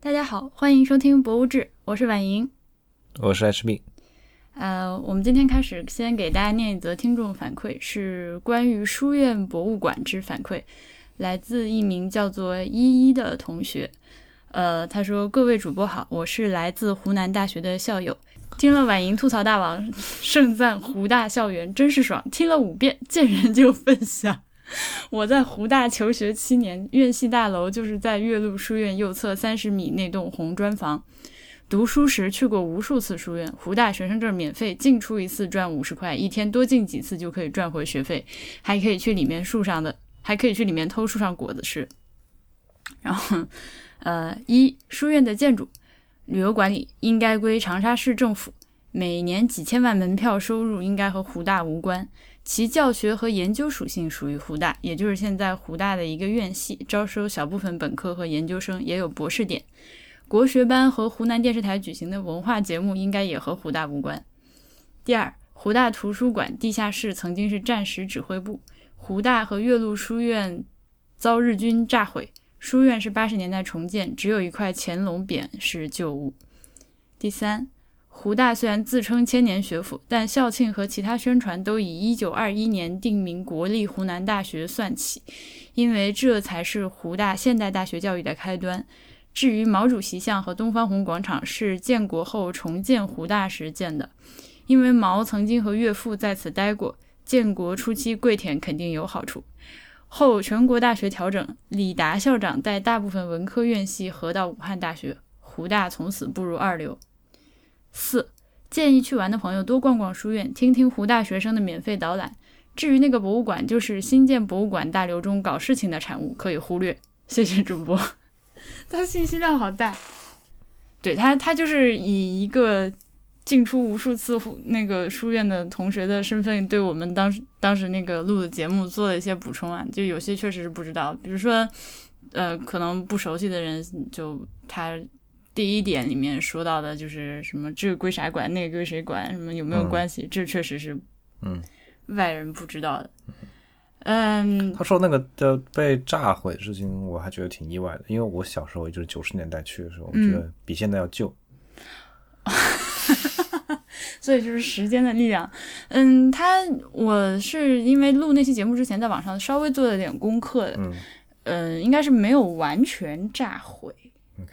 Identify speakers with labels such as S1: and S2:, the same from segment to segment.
S1: 大家好，欢迎收听《博物志》，我是婉莹。
S2: 我是 HB，
S1: 呃，我们今天开始先给大家念一则听众反馈，是关于书院博物馆之反馈，来自一名叫做依依的同学。呃，他说：“各位主播好，我是来自湖南大学的校友，听了婉莹吐槽大王盛赞湖大校园真是爽，听了五遍，见人就分享。” 我在湖大求学七年，院系大楼就是在岳麓书院右侧三十米那栋红砖房。读书时去过无数次书院，湖大学生证免费，进出一次赚五十块，一天多进几次就可以赚回学费，还可以去里面树上的，还可以去里面偷树上果子吃。然后，呃，一书院的建筑、旅游管理应该归长沙市政府，每年几千万门票收入应该和湖大无关，其教学和研究属性属于湖大，也就是现在湖大的一个院系，招收小部分本科和研究生，也有博士点。国学班和湖南电视台举行的文化节目应该也和湖大无关。第二，湖大图书馆地下室曾经是战时指挥部，湖大和岳麓书院遭日军炸毁，书院是八十年代重建，只有一块乾隆匾是旧物。第三，湖大虽然自称千年学府，但校庆和其他宣传都以1921年定名国立湖南大学算起，因为这才是湖大现代大学教育的开端。至于毛主席像和东方红广场是建国后重建湖大时建的，因为毛曾经和岳父在此待过，建国初期跪舔肯定有好处。后全国大学调整，李达校长带大部分文科院系合到武汉大学，湖大从此步入二流。四，建议去玩的朋友多逛逛书院，听听湖大学生的免费导览。至于那个博物馆，就是新建博物馆大流中搞事情的产物，可以忽略。谢谢主播。 他信息量好大。对他，他就是以一个进出无数次户那个书院的同学的身份，对我们当时当时那个录的节目做了一些补充啊，就有些确实是不知道，比如说，呃，可能不熟悉的人就他。第一点里面说到的就是什么这个归啥管，那个归谁管，什么有没有关系，这确实是
S2: 嗯
S1: 外人不知道的。嗯，
S2: 他说那个的被炸毁的事情，我还觉得挺意外的，因为我小时候也就是九十年代去的时候，我觉
S1: 嗯
S2: 得比现在要旧。
S1: 所以就是时间的力量。嗯，他我是因为录那期节目之前，在网上稍微做了点功课的，
S2: 嗯
S1: 嗯，应该是没有完全炸毁，
S2: ，OK，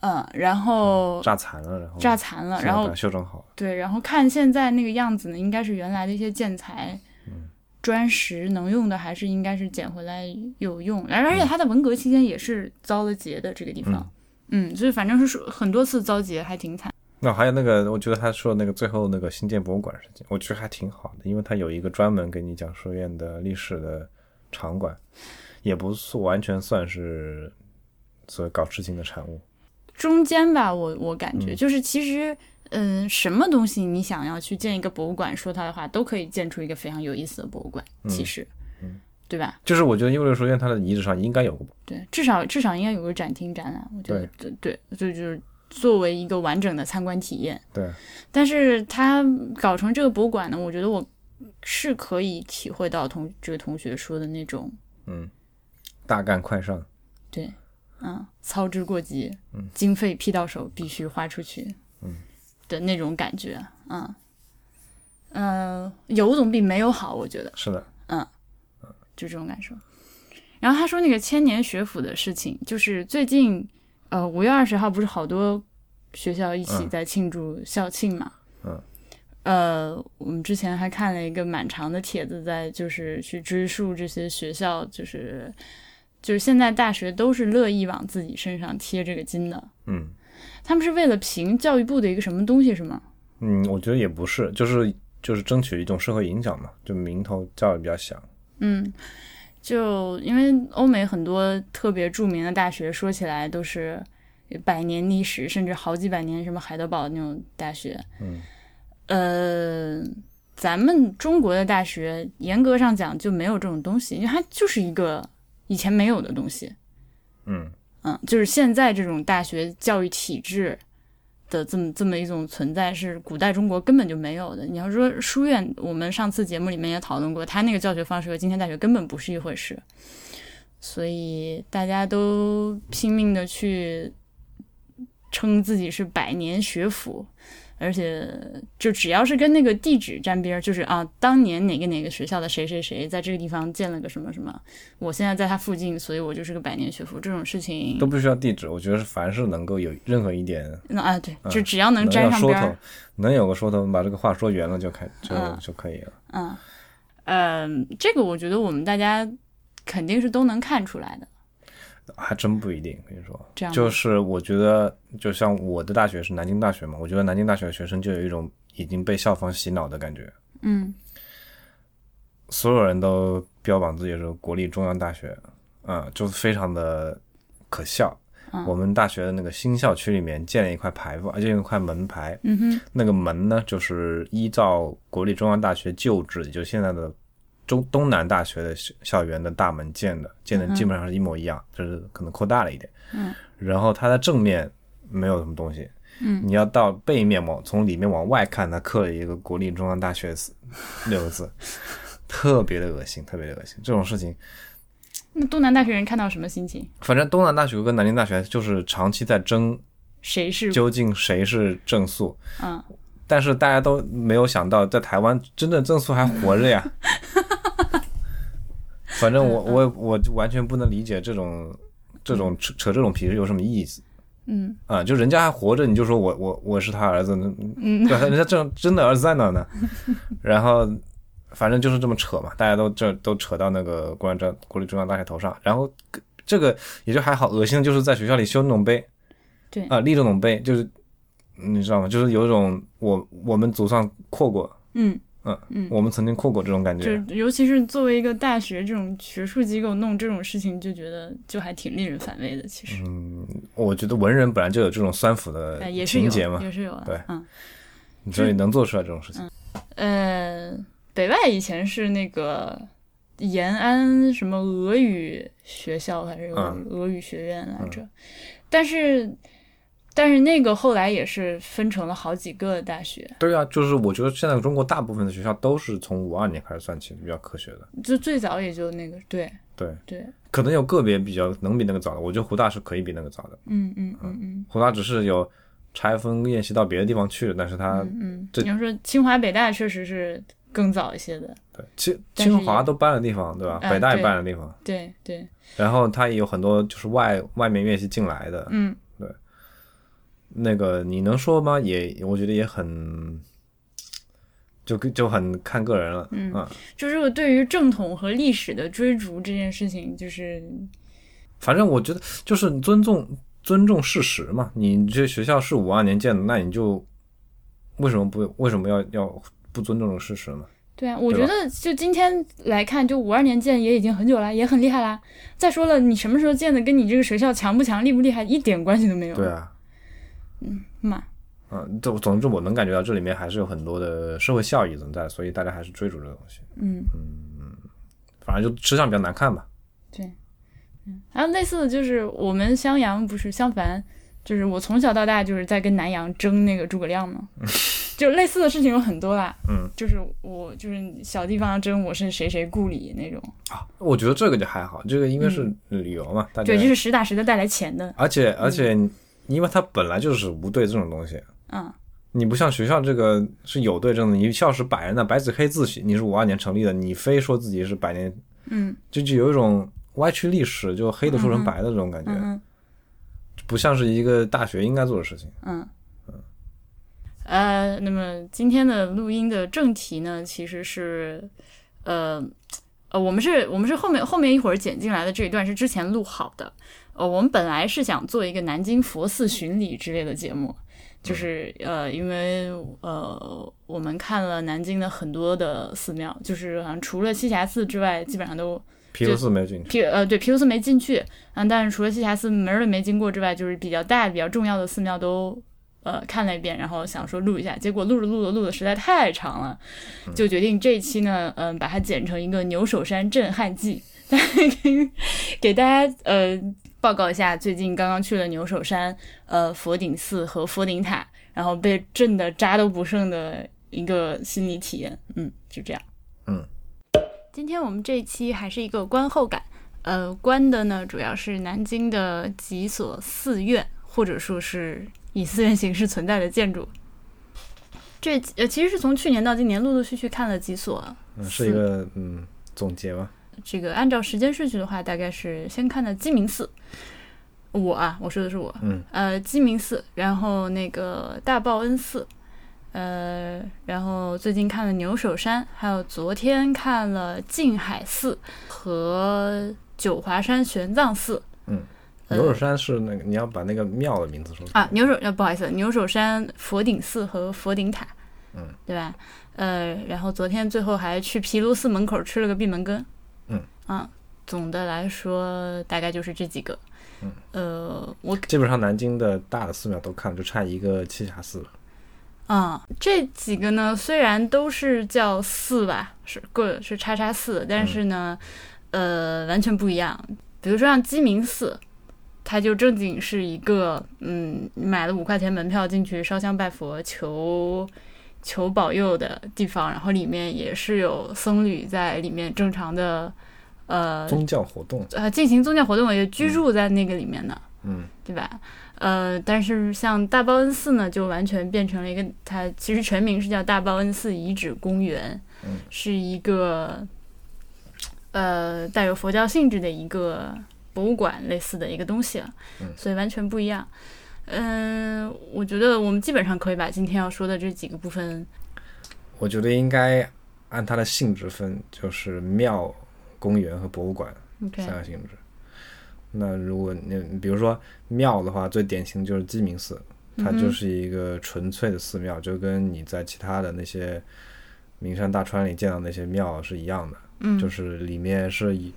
S1: 嗯，然后
S2: 炸残了，然后
S1: 炸残了，
S2: 现在
S1: 然
S2: 把
S1: 后
S2: 它修整好了。
S1: 对，然后看现在那个样子呢，应该是原来的一些建材。
S2: 嗯
S1: 砖石能用的还是应该是捡回来有用，而
S2: 嗯
S1: 而且它在文革期间也是遭了劫的这个地方，嗯，所以反正是说很多次遭劫，还挺惨。
S2: 那还有那个，我觉得他说那个最后那个新建博物馆事情，我觉得还挺好的，因为他有一个专门给你讲书院的历史的场馆，也不算完全算是所搞事情的产物。
S1: 中间吧，我我感觉、
S2: 嗯
S1: 就是其实，嗯，什么东西你想要去建一个博物馆，说它的话，都可以建出一个非常有意思的博物馆，其实，
S2: 嗯
S1: 对吧？
S2: 就是我觉得优留书院它的遗址上应该有个
S1: 对，至少至少应该有个展厅展览，我觉得对对，就就是作为一个完整的参观体验。
S2: 对，
S1: 但是它搞成这个博物馆呢，我觉得我是可以体会到同这个同学说的那种，
S2: 嗯，大干快上。
S1: 对，嗯，操之过急，经费批到手必须花出去，的那种感觉，嗯，呃，有总比没有好，我觉得
S2: 是的，
S1: 就这种感受。然后他说那个千年学府的事情，就是最近，呃，五月二十号不是好多学校一起
S2: 嗯
S1: 在庆祝校庆嘛，
S2: 嗯，
S1: 呃，我们之前还看了一个蛮长的帖子在，就是去追溯这些学校，就是就是现在大学都是乐意往自己身上贴这个金的，
S2: 嗯。
S1: 他们是为了评教育部的一个什么东西是吗？
S2: 嗯，我觉得也不是，就是就是争取一种社会影响嘛，就名头叫的比较响。
S1: 嗯，就因为欧美很多特别著名的大学，说起来都是百年历史，甚至好几百年，什么海德堡那种大学。
S2: 嗯，
S1: 呃，咱们中国的大学，严格上讲就没有这种东西，因为它就是一个以前没有的东西。
S2: 嗯，
S1: 嗯，就是现在这种大学教育体制的这么这么一种存在，是古代中国根本就没有的。你要说书院，我们上次节目里面也讨论过，它那个教学方式和今天大学根本不是一回事。所以大家都拼命的去称自己是百年学府，而且就只要是跟那个地址沾边儿，就是啊，当年哪个哪个学校的谁谁谁在这个地方建了个什么什么，我现在在他附近，所以我就是个百年学府。这种事情
S2: 都不需要地址，我觉得是凡是能够有任何一点
S1: 那啊，对，
S2: 嗯
S1: 就只要能
S2: 有
S1: 沾上
S2: 说
S1: 边
S2: 头
S1: 儿，，
S2: 能有个说头，把这个话说圆了就开就、
S1: 嗯
S2: 就可以了。
S1: 嗯，嗯，这个我觉得我们大家肯定是都能看出来的。
S2: 还真不一定，跟你说，
S1: 这样吗
S2: 就是我觉得，就像我的大学是南京大学嘛，我觉得南京大学的学生就有一种已经被校方洗脑的感觉，
S1: 嗯
S2: 所有人都标榜自己是国立中央大学，啊、就是非常的可笑。
S1: 嗯
S2: 我们大学的那个新校区里面建了一块牌坊，建了一块门牌，
S1: 嗯哼，
S2: 那个门呢，就是依照国立中央大学旧址，也就是现在的中东南大学的校校园的大门建的，建的基本上是一模一样，就是可能扩大了一点。
S1: 嗯。
S2: 然后它的正面没有什么东西。
S1: 嗯。
S2: 你要到背面往从里面往外看，它刻了一个“国立中央大学四”六个字，特别的恶心，特别的恶心。这种事情，
S1: 那东南大学人看到什么心情？
S2: 反正东南大学跟南京大学就是长期在争，
S1: 谁是
S2: 究竟谁是正宿。
S1: 嗯，
S2: 但是大家都没有想到，在台湾真正正素还活 着呀。反正
S1: 嗯
S2: 我我我完全不能理解这种这种扯扯这种皮是有什么意思
S1: 嗯
S2: 啊？就人家还活着，你就说我我我是他儿子，
S1: 嗯
S2: 对，人家正真的儿子在哪 呢？然后反正就是这么扯嘛，大家都这都扯到那个国安中国立中央大学头上，然后这个也就还好，恶心的就是在学校里修那种碑，
S1: 对
S2: 啊，立这种碑就是你知道吗？就是有一种我我们祖上扩过，
S1: 嗯，
S2: 我们曾经扩过这种感
S1: 就
S2: 觉。
S1: 尤其是作为一个大学这种学术机构弄这种事情，就觉得就还挺令人反胃的。其实，
S2: 嗯，我觉得文人本来就有这种酸腐的
S1: 哎，也是
S2: 情
S1: 有
S2: 节嘛，
S1: 也是有的。
S2: 对
S1: 嗯，
S2: 所以能做出来这种事情。
S1: 呃，北外以前是那个延安什么俄语学校还是俄
S2: 嗯
S1: 俄语学院来着，但是但是那个后来也是分成了好几个大学，
S2: 对啊，就是我觉得现在中国大部分的学校都是从五二年开始算起，比较科学的。
S1: 就最早也就那个对
S2: 对，
S1: 对，
S2: 可能有个别比较能比那个早的，我觉得湖大是可以比那个早的。
S1: 嗯嗯嗯嗯
S2: 湖大只是有拆分宴席到别的地方去了，但是它、
S1: 嗯
S2: 这
S1: 嗯，你要说清华北大确实是更早一些的，
S2: 对清
S1: 但是
S2: 清华都搬了地方，对吧？
S1: 嗯
S2: 北大也
S1: 对
S2: 搬了地方，
S1: 对对，
S2: 然后它也有很多就是外外面宴席进来的，
S1: 嗯
S2: 那个你能说吗？也我觉得也很，就跟就很看个人了，
S1: 嗯
S2: 啊
S1: 就是我对于正统和历史的追逐这件事情，就是
S2: 反正我觉得就是尊重尊重事实嘛。你这学校是五二年建的，那你就为什么不为什么要要不尊重这个事实呢？
S1: 对啊，我
S2: 对吧
S1: 觉得就今天来看，就五二年建也已经很久了，也很厉害啦。再说了，你什么时候建的，跟你这个学校强不强、厉不厉害一点关系都没有。
S2: 对，啊，
S1: 妈，
S2: 嗯，总总之我能感觉到这里面还是有很多的社会效益存在，所以大家还是追逐这个东西。
S1: 嗯，
S2: 反正就吃相比较难看吧。
S1: 对，嗯，还有类似的就是我们襄阳不是襄樊，就是我从小到大就是在跟南阳争那个诸葛亮嘛， 就类似的事情有很多啦。
S2: 嗯，
S1: 就是我就是小地方争我是谁谁故里那种，
S2: 啊，我觉得这个就还好，这个因为是旅游嘛，大家
S1: 嗯对，这是实打实的带来钱的。
S2: 而且而且，因为它本来就是无对这种东西，
S1: 嗯，
S2: 你不像学校这个是有对证的，你校史摆着呢，白纸黑字写你是五二年成立的，你非说自己是百年，
S1: 嗯
S2: 这就有一种歪曲历史，就黑的说成白的这种感觉，
S1: 嗯嗯
S2: 不像是一个大学应该做的事情。
S1: 嗯。呃，那么今天的录音的正题呢，其实是，呃，呃，我们是，我们是后面后面一会儿剪进来的这一段是之前录好的。呃，我们本来是想做一个南京佛寺巡礼之类的节目，就是呃，因为呃，我们看了南京的很多的寺庙，就是好像除了栖霞寺之外，基本上都
S2: 皮尤寺没有进去，
S1: 皮呃对皮卢斯没进去，嗯，但是除了栖霞寺门儿都没经过之外，就是比较大比较重要的寺庙都呃看了一遍，然后想说录一下，结果录着录着录的实在太长了，
S2: 嗯
S1: 就决定这一期呢，嗯、把它剪成一个牛首山震撼记， 给大家呃报告一下最近刚刚去了牛首山呃佛顶寺和佛顶塔，然后被震得渣都不剩的一个心理体验，嗯，就这样。
S2: 嗯
S1: 今天我们这一期还是一个观后感，呃，观的呢主要是南京的几所寺院，或者说是以寺院形式存在的建筑。这呃，其实是从去年到今年陆陆续续看了几所
S2: 嗯，是一个嗯总结吗？
S1: 这个按照时间顺序的话，大概是先看的鸡鸣寺。我啊，我说的是我，
S2: 嗯，
S1: 呃，鸡鸣寺，然后那个大报恩寺，呃，然后最近看了牛首山，还有昨天看了静海寺和九华山玄奘寺呃
S2: 嗯牛首山是那个你要把那个庙的名字说出来
S1: 啊，牛首呃，不好意思，牛首山佛顶寺和佛顶塔，
S2: 嗯，
S1: 对吧？呃，然后昨天最后还去毗卢寺门口吃了个闭门羹，
S2: 嗯
S1: 啊，总的来说大概就是这几个，
S2: 嗯，
S1: 呃，我
S2: 基本上南京的大的寺庙都看了，就差一个栖霞寺了。
S1: 啊、这几个呢，虽然都是叫寺吧，是个是叉叉寺，但是呢，呃，完全不一样。比如说像鸡鸣寺，它就正经是一个，嗯，买了五块钱门票进去烧香拜佛求求保佑的地方，然后里面也是有僧侣在里面正常的，呃
S2: 宗教活动，
S1: 呃进行宗教活动，也居住在那个里面的。
S2: 嗯，
S1: 对吧？呃，但是像大报恩寺呢，就完全变成了一个，它其实全名是叫大报恩寺遗址公园，
S2: 嗯
S1: 是一个呃带有佛教性质的一个博物馆类似的一个东西了，
S2: 嗯
S1: 所以完全不一样。嗯、我觉得我们基本上可以把今天要说的这几个部分，
S2: 我觉得应该按它的性质分，就是庙、公园和博物馆
S1: 对
S2: 三个性质。那如果你比如说庙的话，最典型就是鸡鸣寺，它
S1: 嗯
S2: 就
S1: 哼
S2: 是一个纯粹的寺庙，就跟你在其他的那些名山大川里见到那些庙是一样的。
S1: 嗯，
S2: 就是里面是以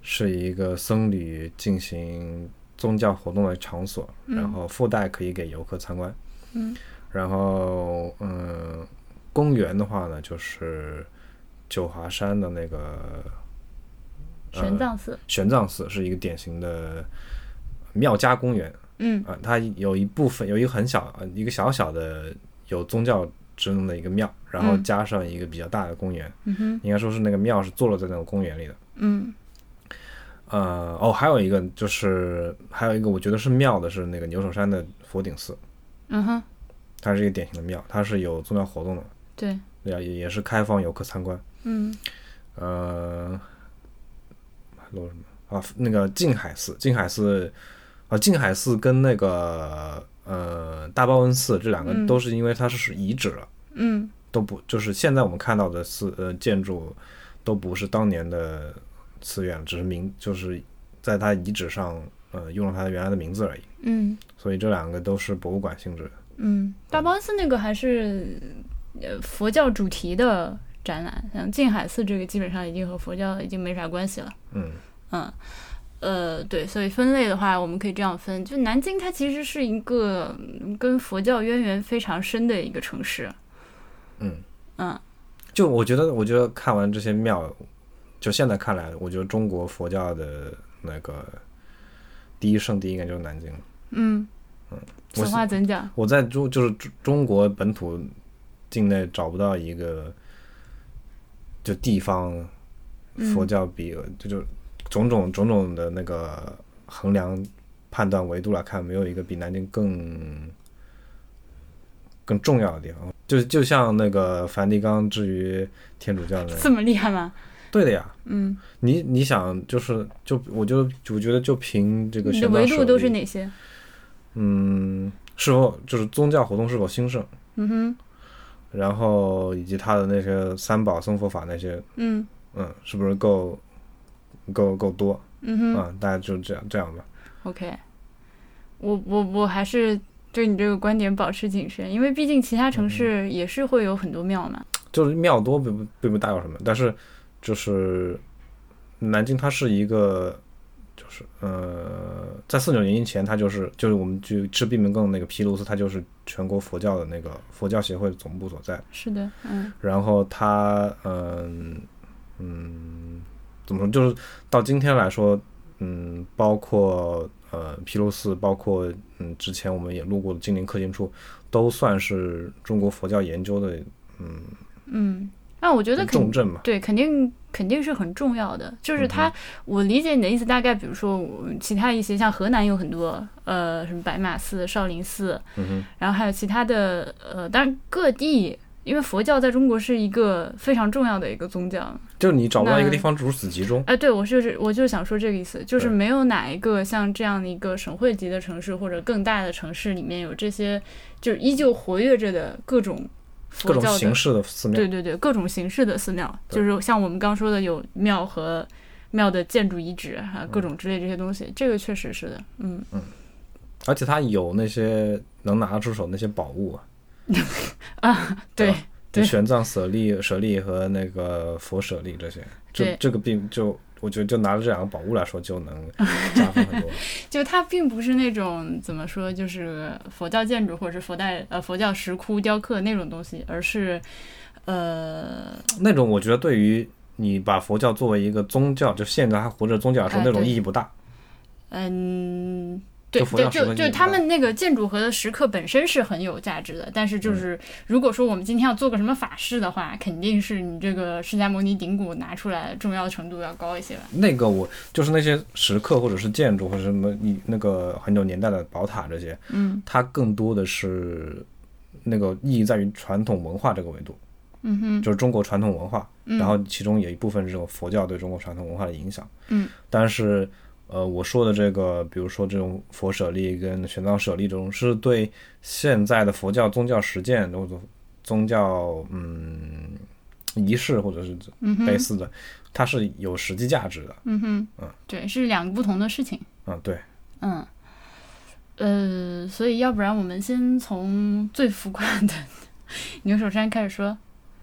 S2: 是一个僧侣进行宗教活动的场所，然后附带可以给游客参观。
S1: 嗯，
S2: 然后嗯，公园的话呢，就是九华山的那个
S1: 玄奘寺，
S2: 玄奘寺是一个典型的呃庙家公园
S1: 嗯
S2: 啊、它有一部分有一个很小呃一个小小的有宗教职能的一个庙，然后
S1: 嗯
S2: 加上一个比较大的公园，
S1: 嗯哼，
S2: 应该说是那个庙是坐落在那个公园里的。
S1: 嗯
S2: 呃，哦，还有一个就是，还有一个我觉得是妙的是那个牛首山的佛顶寺，
S1: 嗯哼，
S2: 它是一个典型的庙，它是有宗教活动的，
S1: 对，
S2: 对啊，也也是开放游客参观。
S1: 嗯
S2: 呃，还漏什么啊？那个静海寺，静海寺啊，静海寺跟那个呃大报恩寺这两个
S1: 嗯
S2: 都是因为它是遗址了，
S1: 嗯
S2: 都不就是现在我们看到的寺呃建筑都不是当年的寺院，只是名就是在它遗址上呃用了它原来的名字而已。
S1: 嗯。
S2: 所以这两个都是博物馆性质的。
S1: 嗯，大包寺那个还是呃佛教主题的展览，像静海寺这个基本上已经和佛教已经没啥关系了。
S2: 嗯，
S1: 嗯，呃，对，所以分类的话，我们可以这样分：就南京它其实是一个嗯跟佛教渊源非常深的一个城市。
S2: 嗯
S1: 嗯
S2: 就我觉得，我觉得看完这些庙，就现在看来，我觉得中国佛教的那个第一圣地应该就是南京了。
S1: 嗯，
S2: 我
S1: 此话怎讲？
S2: 我在中就是中中国本土境内找不到一个就地方
S1: 嗯
S2: 佛教比、就就种种种种的那个衡量判断维度来看，没有一个比南京更更重要的地方。就就像那个梵蒂冈至于天主教的那
S1: 这
S2: 个，
S1: 么厉害吗？
S2: 对的呀。
S1: 嗯，
S2: 你你想就是就我就我觉得就凭这个
S1: 你
S2: 宣
S1: 的
S2: 教
S1: 维度
S2: 手
S1: 都是
S2: 艺
S1: 哪些？
S2: 嗯是否就是宗教活动是否兴盛。
S1: 嗯哼，
S2: 然后以及他的那些三宝、僧佛法那些，
S1: 嗯
S2: 嗯，是不是够够够多
S1: 嗯哼。
S2: 啊、大家就这样这样吧。
S1: OK，我我我还是对你这个观点保持谨慎，因为毕竟其他城
S2: 嗯
S1: 市也是会有很多庙嘛。
S2: 就是庙多并不并不大有什么，但是就是南京它是一个，就是呃，在四九年以前，它就是就是我们去吃闭门羹的那个毗卢寺，它就是全国佛教的那个佛教协会总部所在。
S1: 是的，嗯
S2: 然后它嗯嗯，怎么说？就是到今天来说，嗯，包括呃毗卢寺，包括嗯之前我们也路过的金陵克勤处，都算是中国佛教研究的嗯
S1: 嗯，那我觉得肯
S2: 重镇嘛。嗯
S1: 对肯定肯定是很重要的。就是它，我理解你的意思，大概比如说嗯其他一些像河南有很多呃什么白马寺、少林寺，
S2: 嗯
S1: 然后还有其他的呃，当然各地。因为佛教在中国是一个非常重要的一个宗教，
S2: 哼，就你找不到一
S1: 那
S2: 个地方如此集中，
S1: 哎，对我就是我就是想说这个意思，就是
S2: 对
S1: 没有哪一个像这样的一个省会级的城市或者更大的城市里面有这些，就是依旧活跃着的各种佛
S2: 各种
S1: 教的
S2: 形，式的寺庙
S1: 对，对对，各种形式的寺庙，
S2: 对
S1: 就是像我们刚说的有庙和庙的建筑遗址啊，各种之类这些东西，这个确实是的，嗯，
S2: 而且它有那些能拿出手那些宝物啊，对
S1: 对
S2: 吧就玄奘舍利、舍利和那个佛舍利这些，这
S1: 对
S2: 这个并就我觉得就拿着这两个宝物来说，就能加分 很多。
S1: 就它并不是那种怎么说，就是佛教建筑或者是佛代呃佛教石窟雕刻那种东西，而是呃
S2: 那种我觉得对于你把佛教作为一个宗教，就现在还活着的宗教来说，
S1: 哎
S2: 那种
S1: 对
S2: 意义不大。
S1: 嗯，对
S2: 就佛
S1: 对，
S2: 教石
S1: 就
S2: 刻
S1: 就
S2: 就
S1: 他
S2: 有吧
S1: 们那个建筑和的石刻本身是很有价值的，但是
S2: 嗯
S1: 就是如果说我们今天要做个什么法事的话，肯定是你这个释迦牟尼顶骨拿出来重要程度要高一些吧。
S2: 那个我就是那些石刻或者是建筑或者什么你那个很有年代的宝塔这些，
S1: 嗯
S2: 它更多的是那个意义在于传统文化这个维度，
S1: 嗯哼，
S2: 就是中国传统文化，
S1: 嗯
S2: 然后其中有一部分是这种佛教对中国传统文化的影响。
S1: 嗯，
S2: 但是呃，我说的这个，比如说这种佛舍利跟玄奘舍利这种，是对现在的佛教宗教实践或者宗教嗯仪式或者是
S1: 嗯
S2: 类
S1: 哼，
S2: 似的，它是有实际价值的。
S1: 嗯哼
S2: 嗯，
S1: 对，是两个不同的事情。
S2: 嗯，对，
S1: 嗯，呃，所以要不然我们先从最浮夸的 牛首山开始说。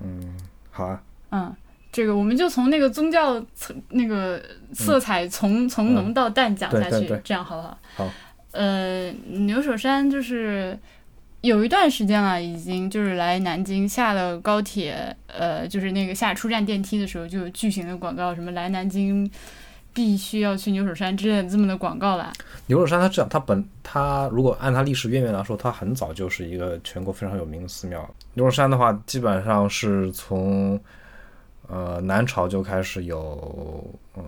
S2: 嗯，好啊，
S1: 嗯，这个我们就从那个宗教层那个色彩从、从浓到淡讲下去，
S2: 嗯对对对
S1: 这样好不好？
S2: 好。
S1: 呃，牛首山就是有一段时间了，已经就是来南京下了高铁，呃，就是那个下出站电梯的时候，就有巨型的广告，什么来南京必须要去牛首山之类的这么的广告啦。
S2: 牛首山它这样，它本它如果按它历史渊源来说，它很早就是一个全国非常有名的寺庙。牛首山的话，基本上是从呃南朝就开始有呃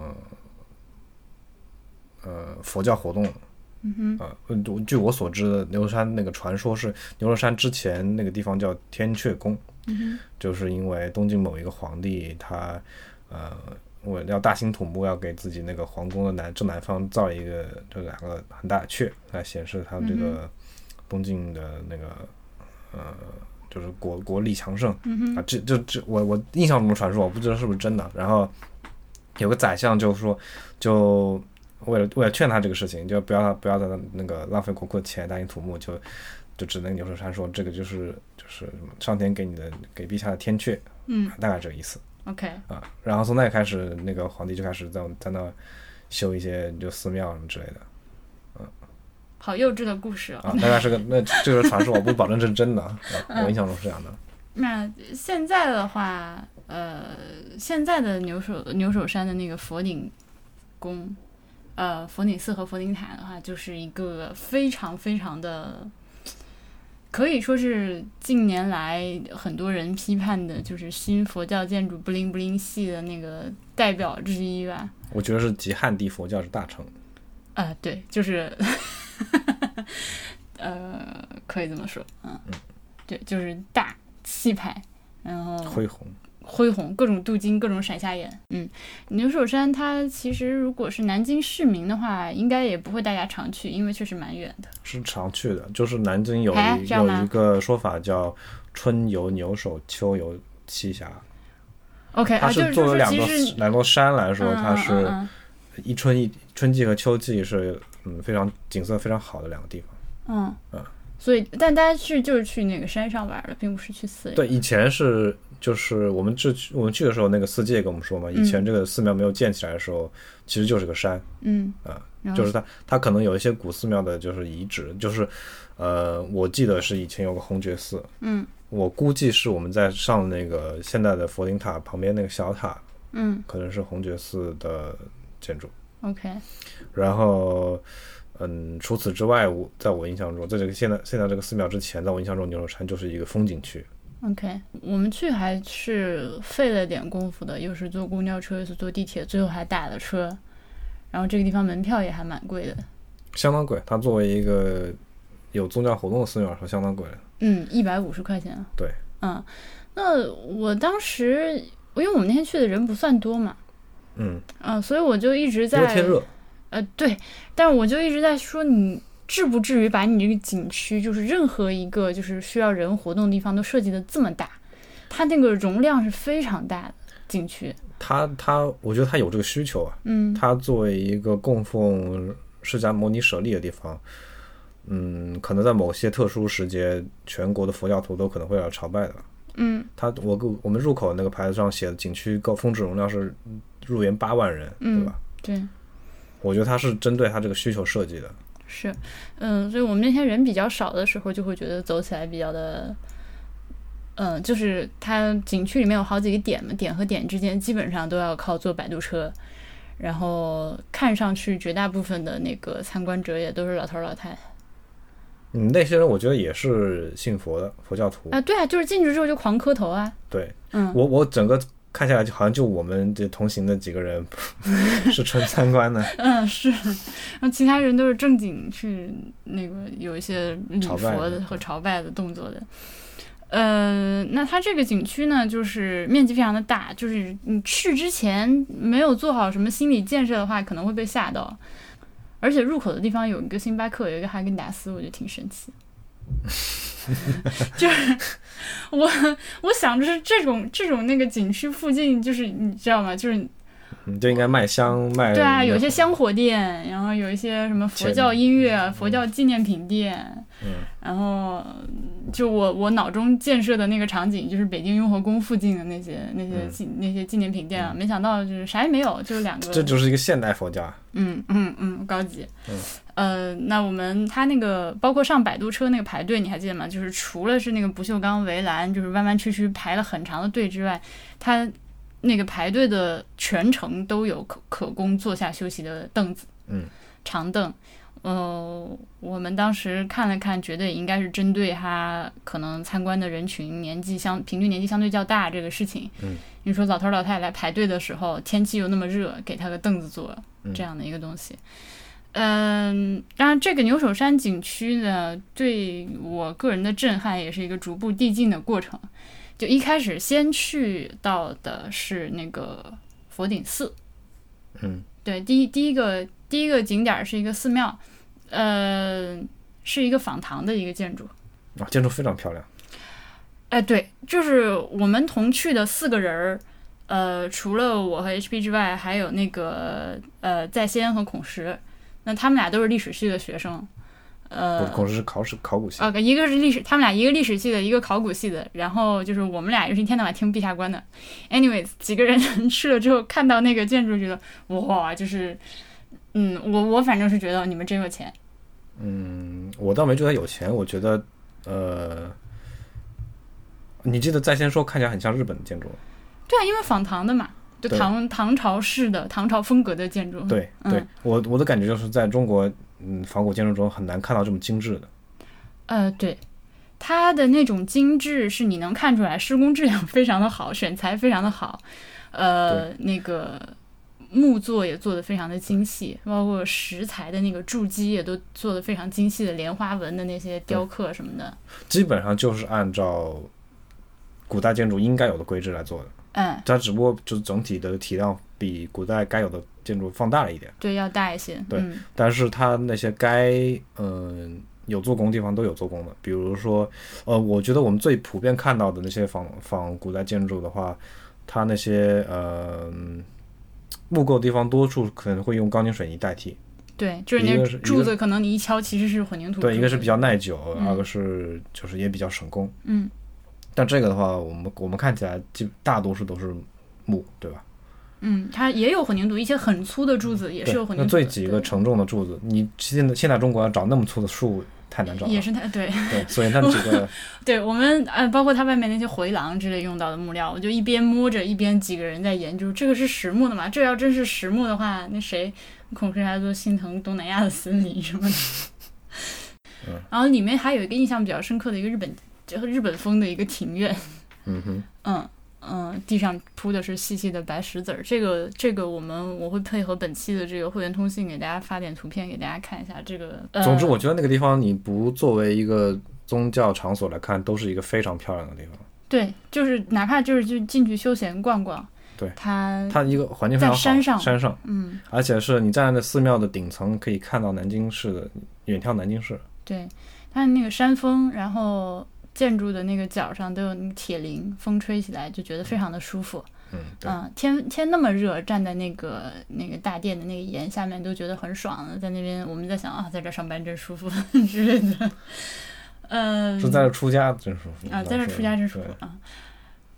S2: 呃佛教活动了。嗯哼，呃，我据我所知的，牛首山那个传说是牛首山之前那个地方叫天阙宫，
S1: 嗯
S2: 就是因为东晋某一个皇帝他呃我要大兴土木，要给自己那个皇宫的南正南方造一个这两个很大的阙，来显示他这
S1: 嗯
S2: 个东晋的那个呃就是国国力强盛
S1: 哼，嗯哼，
S2: 啊。这这这，我我印象中的传说，我不知道是不是真的。然后有个宰相就说，就为了为了劝他这个事情，就不要不要再那个浪费国库的钱大兴土木，就就指那个牛首山说，这个就是就是上天给你的给陛下的天阙，
S1: 嗯
S2: 大概这个意思。
S1: ，OK，
S2: 啊，然后从那开始，那个皇帝就开始在在那修一些就寺庙什么之类的
S1: 好幼稚的故事哦。
S2: 啊，大概是个那这个是传说，我不保证这是真 的，啊，我印象中是这样的。
S1: 那现在的话，呃，现在的牛首牛首山的那个佛顶宫，呃，佛顶寺和佛顶塔的话，就是一个非常非常的，可以说是近年来很多人批判的，就是新佛教建筑不灵不灵系的那个代表之一吧。
S2: 我觉得是集汉地佛教之大成，
S1: 啊、对，就是，呃，可以这么说，嗯，对，就是大气派，然后
S2: 恢宏。
S1: 恢宏，各种镀金，各种闪瞎眼。嗯，牛首山它其实如果是南京市民的话，应该也不会大家常去，因为确实蛮远的。
S2: 是常去的，就是南京有
S1: 哎
S2: 一
S1: 这样
S2: 有
S1: 吗
S2: 一个说法叫“春游牛首，秋游栖霞
S1: OK ”，
S2: 它
S1: 啊，就是是
S2: 作为
S1: 说
S2: 两
S1: 其
S2: 座
S1: 实
S2: 两座山来说，
S1: 嗯
S2: 它
S1: 嗯
S2: 是
S1: 嗯
S2: 一春一春季和秋季是嗯非常景色非常好的两个地方。
S1: 嗯嗯
S2: 嗯
S1: 所以但大家是就是去那个山上玩的，并不是去寺里。
S2: 对，以前是就是我们这去我们去的时候，那个司机也跟我们说嘛，以前这个寺庙没有建起来的时候，其实就是个山，
S1: 嗯
S2: 啊
S1: 然后
S2: 就是它它可能有一些古寺庙的就是遗址，就是呃，我记得是以前有个红觉寺，
S1: 嗯
S2: 我估计是我们在上那个现在的佛顶塔旁边那个小塔，
S1: 嗯
S2: 可能是红觉寺的建筑。
S1: ，OK，
S2: 然后，嗯，除此之外，我在我印象中，在这个现在现在这个寺庙之前，在我印象中，牛首山就是一个风景区，
S1: OK，我们去还是费了点功夫的，又是坐公交车，又是坐地铁，最后还打了车。然后这个地方门票也还蛮贵的，
S2: 相当贵。它作为一个有宗教活动的寺庙来说，相当贵了。
S1: 嗯，一百五十块钱。
S2: 对，
S1: 嗯，那我当时因为我们那天去的人不算多嘛，
S2: 嗯，
S1: 嗯，所以我就一直
S2: 因为
S1: 在
S2: 天热，
S1: 呃，对，但我就一直在说你。至不至于把你这个景区，就是任何一个就是需要人活动的地方都设计的这么大，它那个容量是非常大的景区。
S2: 它它，我觉得它有这个需求啊。
S1: 嗯
S2: 它作为一个供奉释迦牟尼舍利的地方，嗯，可能在某些特殊时节，全国的佛教徒都可能会来朝拜的。
S1: 嗯
S2: 它我我们入口那个牌子上写的景区够峰值容量是入园八万人，
S1: 嗯
S2: 对吧？
S1: 对，
S2: 我觉得它是针对它这个需求设计的。
S1: 是，嗯，所以我们那天人比较少的时候，就会觉得走起来比较的，嗯，就是它景区里面有好几个点嘛，点和点之间基本上都要靠坐摆渡车，然后看上去绝大部分的那个参观者也都是老头儿老太太
S2: 嗯，那些人我觉得也是信佛的佛教徒。
S1: 啊，对啊，就是进去之后就狂磕头啊，
S2: 对，
S1: 嗯，
S2: 我我整个看下来，就好像就我们这同行的几 个人是纯参观的，
S1: 嗯是，然后其他人都是正经去那个有一些礼
S2: 朝拜
S1: 佛
S2: 的
S1: 的和朝拜的动作的。呃，那它这个景区呢，就是面积非常的大，就是你去之前没有做好什么心理建设的话，可能会被吓到。而且入口的地方有一个星巴克，有一个哈根达斯，我觉得挺神奇。 就是 我我想就是这种这种那个景区附近，就是你知道吗？就是
S2: 你嗯就应该卖香卖。
S1: 对啊，有一些香火店，然后有一些什么佛
S2: 前
S1: 教音乐、佛教纪念品店，
S2: 嗯
S1: 然后就我我脑中建设的那个场景，就是北京雍和宫附近的那些那些
S2: 嗯
S1: 纪、那些纪念品店啊，没想到就是啥也没有，就是两个，
S2: 这就是一个现代佛教啊。
S1: 嗯嗯嗯，高级。
S2: 嗯
S1: 呃，那我们他那个包括上摆渡车那个排队，你还记得吗？就是除了是那个不锈钢围栏，就是弯弯曲曲排了很长的队之外，他那个排队的全程都有可可供坐下休息的凳子，
S2: 嗯，
S1: 长凳。呃，我们当时看了看，觉得应该是针对他可能参观的人群年纪相平均年纪相对较大这个事情。
S2: 嗯，
S1: 你说老头老太太排队的时候，天气又那么热，给他个凳子坐，
S2: 嗯
S1: 这样的一个东西。嗯，当然，这个牛首山景区呢，对我个人的震撼也是一个逐步递进的过程。就一开始先去到的是那个佛顶寺，
S2: 嗯，
S1: 对，第一第一个第一个景点儿是一个寺庙，呃，是一个仿唐的一个建筑。
S2: 啊，建筑非常漂亮。
S1: 哎，对，就是我们同去的四个人儿，呃，除了我和 HP 之外，还有那个呃在先和孔石，那他们俩都是历史系的学生，
S2: 我
S1: 呃，
S2: 孔是考试考古系，
S1: 啊，一个是历史，他们俩一个历史系的，一个考古系的，然后就是我们俩又是一天到晚听陛下观的。Anyways，几个人去了之后，看到那个建筑，觉得哇，就是，嗯，我我反正是觉得你们真有钱，
S2: 嗯我倒没觉得有钱，我觉得呃，你记得在先说看起来很像日本的建筑吗，
S1: 对啊，因为仿唐的嘛，就
S2: 对
S1: 唐唐朝式的唐朝风格的建筑，
S2: 对
S1: 嗯
S2: 对，我我的感觉就是在中国嗯仿古建筑中很难看到这么精致的，
S1: 呃，对，它的那种精致是你能看出来，施工质量非常的好，选材非常的好，呃，那个木作也做的非常的精细，包括石材的那个筑基也都做的非常精细的莲花纹的那些雕刻什么的，
S2: 基本上就是按照古代建筑应该有的规制来做的。
S1: 嗯，
S2: 它只不过就是整体的体量比古代该有的建筑放大了一点，
S1: 对，要大一些，
S2: 对
S1: 嗯
S2: 但是它那些该嗯、呃有做工的地方都有做工的，比如说呃，我觉得我们最普遍看到的那些仿仿古代建筑的话，它那些呃木构地方多处可能会用钢筋水泥代替，
S1: 对，就是
S2: 一
S1: 那
S2: 个是一个
S1: 柱子可能你一敲其实是混凝土，
S2: 对，一个是比，较耐久，
S1: 嗯
S2: 二个是就是也比较省工。
S1: 嗯，
S2: 但这个的话，我们我们看起来基大多数都是木，对吧？
S1: 嗯，它也有混凝土，一些很粗的柱子也是
S2: 对
S1: 有混凝土
S2: 那
S1: 的，
S2: 最几个
S1: 对
S2: 承重的柱子，你现在现在中国要找那么粗的树太难找
S1: 也
S2: 了。
S1: 是它，对。
S2: 对，所以那几 个
S1: 对我们呃，包括它外面那些回廊之类用到的木料，我就一边摸着，一边几个人在研究这个是实木的嘛？这要真是实木的话，那谁孔氏还都心疼东南亚的森林什么的。
S2: 嗯
S1: 然后里面还有一个印象比较深刻的一个日本就日本风的一个庭院，
S2: 嗯哼，
S1: 嗯嗯，地上铺的是细细的白石子儿。这个这个，我们我会配合本期的这个会员通信给大家发点图片给大家看一下。这个，呃、
S2: 总之，我觉得那个地方你不作为一个宗教场所来看，都是一个非常漂亮的地方。
S1: 对，就是哪怕就是就进去休闲逛逛，
S2: 对
S1: 它
S2: 它一个环境非常
S1: 嗯
S2: 好，
S1: 在山上
S2: 山上，
S1: 嗯
S2: 而且是你站在寺庙的顶层，可以看到南京市的远眺南京市。
S1: 对，它那个山峰，然后建筑的那个角上都有那个铁铃，风吹起来就觉得非常的舒服。
S2: 嗯，对，
S1: 嗯，天天那么热，站在那个那个大殿的那个檐下面都觉得很爽了，在那边我们在想啊，在这上班真舒服 之类的，嗯，
S2: 是在这出家真舒服
S1: 啊，在这出家真舒服
S2: 对
S1: 啊，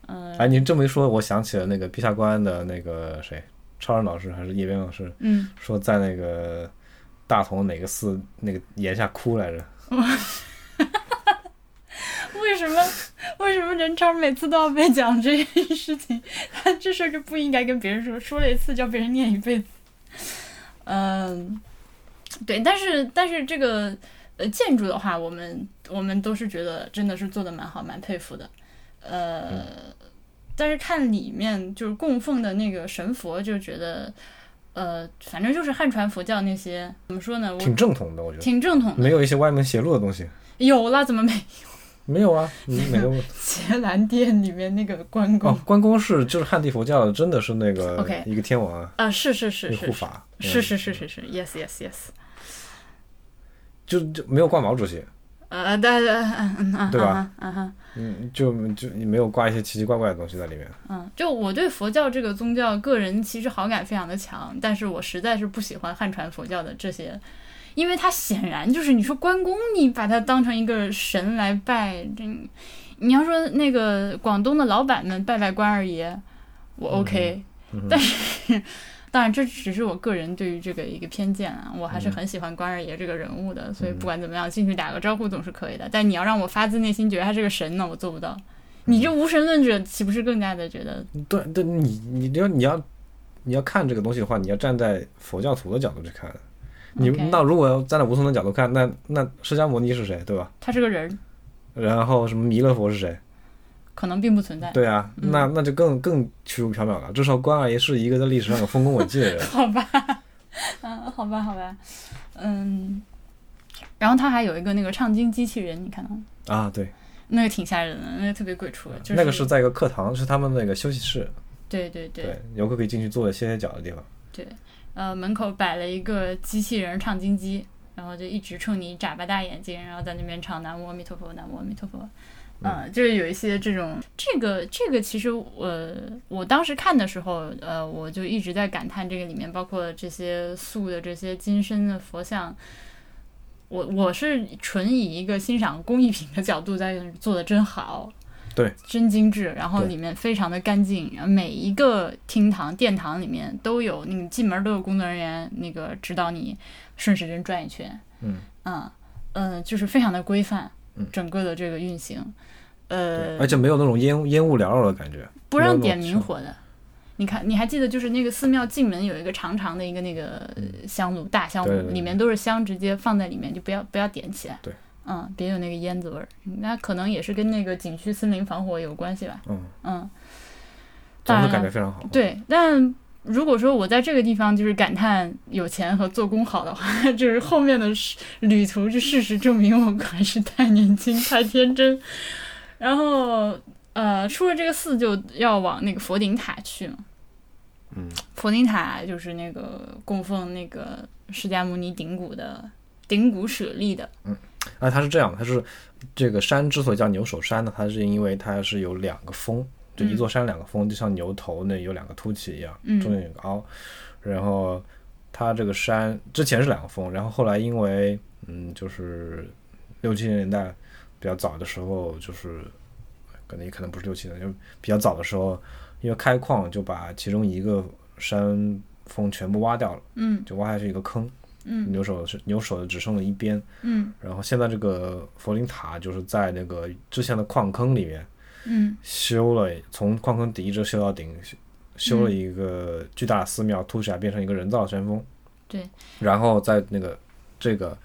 S1: 嗯、
S2: 哎，你这么一说，我想起了那个陛下观的那个谁，超人老师还是叶边老师，
S1: 嗯，
S2: 说在那个大同哪个寺那个檐下哭来着。
S1: 为什么 为什么任超每次都要被讲这件事情？ 他这事儿就不应该跟别人说，说了一次叫别人念一辈子。嗯，对，但是但是这个呃建筑的话，我们我们都是觉得真的是做的蛮好，蛮佩服的。呃，但是看里面就是供奉的那个神佛，就觉得呃，反正就是汉传佛教那些怎么说呢，我
S2: 挺正嗯统的，我觉得
S1: 挺正统的。
S2: 没有一些歪门邪路的东 西。
S1: 有啦，怎么没？
S2: 没有啊，你哪个
S1: 伽蓝殿里面那个关公
S2: 哦，关公是就是汉地佛教的，真的是那个
S1: OK
S2: 一个天王啊，
S1: 啊，是是是
S2: 一个
S1: 是
S2: 护法，
S1: 是
S2: 嗯
S1: 是是是是，yes yes yes，
S2: 就就没有挂毛主席，
S1: 呃，但嗯嗯，
S2: 对吧？
S1: 嗯哼，
S2: 嗯，就就没有挂一些奇奇怪怪的东西在里面。
S1: 嗯，就我对佛教这个宗教，个人其实好感非常的强，但是我实在是不喜欢汉传佛教的这些，因为它显然就是你说关公，你把它当成一个神来拜，这你要说那个广东的老板们拜拜关二爷，我 OK，、
S2: 嗯哼
S1: 但是。当然，这只是我个人对于这个一个偏见啊，我还
S2: 嗯
S1: 是很喜欢关二爷这个人物的，所以不管怎么样，进去打个招呼总是可以的。但你要让我发自内心觉得他是个神呢，我做不到。
S2: 嗯
S1: 你这无神论者岂不是更加的觉得
S2: 对对，你你要你要你要看这个东西的话，你要站在佛教徒的角度去看。你
S1: OK
S2: 那如果要站在无神的角度看，那那释迦牟尼是谁，对吧？
S1: 他是个人儿，
S2: 然后什么弥勒佛是谁？
S1: 可能并不存在？
S2: 对啊，
S1: 嗯
S2: 那那就更更虚无缥缈了。至少关二爷是一个在历史上有丰功伟绩的人。
S1: 好吧，嗯，好吧，好吧，嗯。然后他还有一个那个唱经机器人，你看到吗？
S2: 啊，对，
S1: 那个挺吓人的，那个特别鬼畜，就是
S2: 那个是在一个课堂，是他们那个休息室，
S1: 对对对
S2: 对，游客可以进去坐着歇歇脚的地方。
S1: 对，呃，门口摆了一个机器人唱经机，然后就一直冲你眨巴大眼睛，然后在那边唱南无阿弥陀佛，南无阿弥陀佛。嗯，就是有一些这种，这个这个其实我我当时看的时候，呃，我就一直在感叹这个里面包括这些塑的这些金身的佛像，我我是纯以一个欣赏工艺品的角度在做的真好，
S2: 对，
S1: 真精致，然后
S2: 对
S1: 里面非常的干净，然后每一个厅堂殿堂里面都有，你进门都有工作人员那个指导你顺时针转一圈，
S2: 嗯
S1: 嗯呃，就是非常的规范，
S2: 嗯
S1: 整个的这个运行，
S2: 对，
S1: 呃
S2: 而，且没有那种烟烟雾缭绕的感觉。
S1: 不
S2: 没有
S1: 让
S2: 那
S1: 点
S2: 种
S1: 明火的。你看，你还记得就是那个寺庙进门有一个长长的一个那个呃香炉，大香
S2: 对
S1: 炉，
S2: 对对
S1: 里面都是香，直接放在里面，就不要不要点起来。
S2: 对，
S1: 嗯，别有那个烟子味儿。嗯那可能也是跟那个景区森林防火有关系吧。
S2: 嗯，
S1: 嗯，
S2: 总
S1: 当
S2: 之
S1: 然
S2: 感觉
S1: 了
S2: 非常好。
S1: 对。但如果说我在这个地方就是感叹有钱和做工好的话， 就是后面的事旅途就事实证明我还是太年轻、太天真。然后呃，出了这个寺就要往那个佛顶塔去嘛。
S2: 嗯，
S1: 佛顶塔就是那个供奉那个释迦牟尼顶骨的顶骨舍利的。
S2: 啊，它是这样的，它是这个山之所以叫牛首山呢，它是因为它是有两个峰，就一座山两个峰，就像牛头那有两个凸起一样，
S1: 嗯
S2: 中间有个凹。然后它这个山之前是两个峰，然后后来因为嗯，就是六七十年代比较早的时候，就是可能也可能不是六七年，就比较早的时候，因为开矿就把其中一个山峰全部挖掉了，
S1: 嗯
S2: 就挖下去一个坑，
S1: 嗯
S2: 牛首是牛首的只剩了一边。
S1: 嗯
S2: 然后现在这个佛林塔就是在那个之前的矿坑里面
S1: 嗯
S2: 修了，从矿坑底一直修到顶，修修了一个巨大的寺庙，凸起来变成一个人造的山峰。
S1: 对。
S2: 然后在那个这个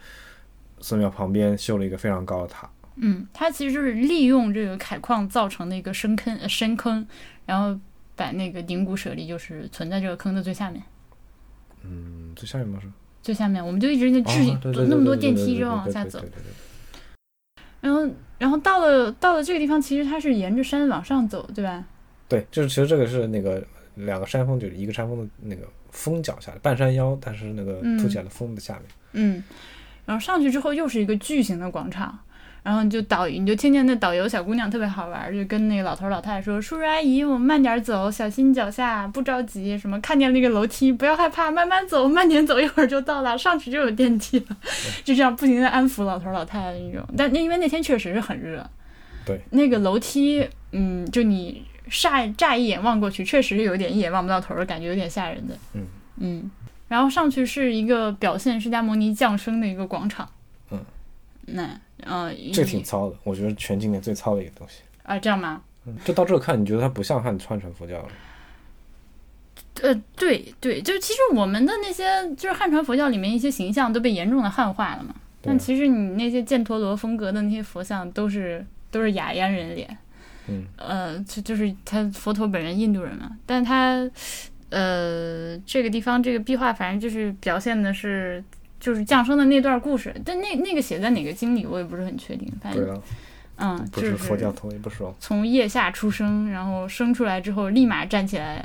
S2: 寺庙旁边修了一个非常高的塔，
S1: 嗯，它其实就是利用这个凯矿造成的一个深坑，呃深坑，然后把那个顶骨舍利就是存在这个坑的最下面，
S2: 嗯，最下面吗？是
S1: 最下面，我们就一直在置
S2: 哦对对对
S1: 那么多
S2: 对对
S1: 电
S2: 对
S1: 梯
S2: 对
S1: 就
S2: 对
S1: 往
S2: 对
S1: 下
S2: 对
S1: 走
S2: 对，对对对
S1: 然后然后到了到了这个地方，其实它是沿着山往上走，对吧？
S2: 对，就是其实这个是那个两个山峰，就是一个山峰的那个峰脚下，半山腰，但是那个凸起来的峰的下面。
S1: 嗯，然后上去之后又是一个巨型的广场，然后你就导你就听见那导游小姑娘特别好玩儿，就跟那个老头儿老太太说：“叔叔阿姨，我们慢点儿走，小心脚下，不着急。什么看见那个楼梯不要害怕，慢慢走，慢点走，一会儿就到了，上去就有电梯了。”就这样不停的安抚老头儿老太太那种。但那因为那天确实是很热，
S2: 对，
S1: 那个楼梯，嗯，就你乍乍一眼望过去，确实是有点一眼望不到头儿的感觉，有点吓人的。
S2: 嗯
S1: 嗯。然后上去是一个表现释迦牟尼降生的一个广场。
S2: 嗯，
S1: 那呃，
S2: 这
S1: 一
S2: 个挺糙的，我觉得全景点最糙的一个东西。
S1: 啊，这样吗？
S2: 嗯，就到这儿看，你觉得它不像汉汉传佛教了？
S1: 呃，对对，就其实我们的那些就是汉传佛教里面一些形象都被严重的汉化了嘛。
S2: 对
S1: 但其实你那些犍陀罗风格的那些佛像都是都是雅安人脸，
S2: 嗯，
S1: 呃，就就是他佛陀本人印度人嘛，但他呃这个地方这个壁画反正就是表现的是就是降生的那段故事，但那那个写在哪个经里我也不是很确定，反
S2: 对
S1: 正
S2: 了，
S1: 嗯，
S2: 不
S1: 哎就是是
S2: 佛教徒，也不是哦。
S1: 从腋下出生，然后生出来之后立马站起来，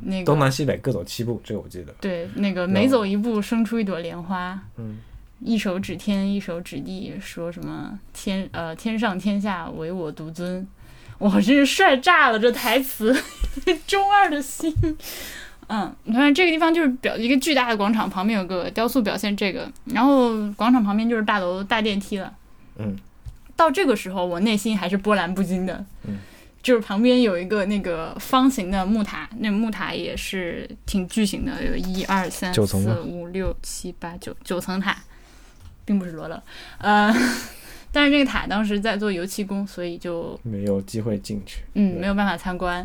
S1: 那
S2: 东
S1: 个
S2: 南西北各走七步，这个我记得。
S1: 对那个每走一步生出一朵莲花，
S2: 嗯，
S1: 一手指天，一手指地，说什么天呃天上天下唯我独尊，我真是帅炸了！这台词， 中二的心。嗯，你看这个地方就是表一个巨大的广场，旁边有个雕塑表现这个，然后广场旁边就是大楼大电梯了。
S2: 嗯，
S1: 到这个时候我内心还是波澜不惊的。
S2: 嗯，
S1: 就是旁边有一个那个方形的木塔，那木塔也是挺巨型的，有一二三
S2: 九层吗
S1: 四五六七八九九层塔，并不是罗勒，呃。 但是这个塔当时在做油漆工，所以就
S2: 没有机会进去。
S1: 嗯
S2: 对
S1: 没有办法参观。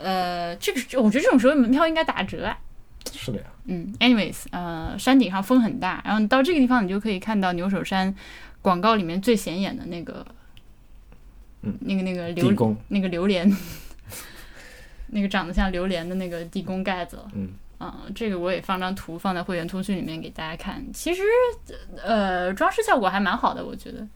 S1: 呃，这个我觉得这种时候门票应该打折啊。
S2: 是的呀，
S1: 嗯，anyways，呃，山顶上风很大，然后你到这个地方，你就可以看到牛首山广告里面最显眼的那个，
S2: 嗯
S1: 那个那个
S2: 地
S1: 榴
S2: 宫。
S1: 那个榴莲， 那个长得像榴莲的那个地宫盖子，
S2: 嗯
S1: 啊、这个我也放张图放在会员通讯里面给大家看。其实，呃，装饰效果还蛮好的，我觉得。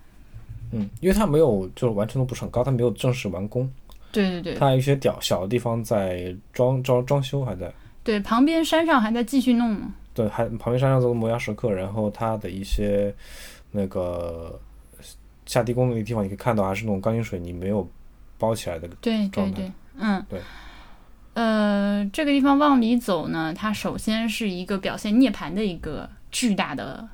S2: 嗯，因为它没有，就是完成度不是很高，它没有正式完工，
S1: 对对对
S2: 它还有一些屌小的地方在装装装修还在。
S1: 对，旁边山上还在继续弄嘛。
S2: 对，还旁边山上走的摩崖石刻，然后它的一些那个下地宫那个地方，你可以看到还是那种钢筋水泥没有包起来的。
S1: 对对
S2: 装的
S1: 对，嗯，
S2: 对。
S1: 呃，这个地方往里走呢，它首先是一个表现涅槃的一个巨大的，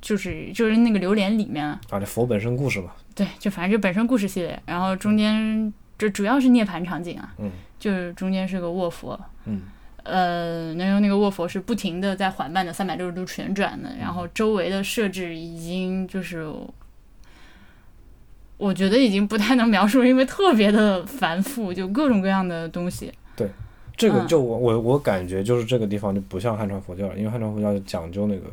S1: 就是就是那个榴莲里面啊，
S2: 啊，这佛本身故事嘛，
S1: 对，就反正就本身故事系列，然后中间这主要是涅槃场景啊，
S2: 嗯，
S1: 就是中间是个卧佛，
S2: 嗯，
S1: 呃，然后那个卧佛是不停的在缓慢的三百六十度旋转的，然后周围的设置已经就是。我觉得已经不太能描述，因为特别的繁复，就各种各样的东西。
S2: 这个
S1: 嗯
S2: 就我我我感觉就是这个地方就不像汉传佛教了，因为汉传佛教讲究那个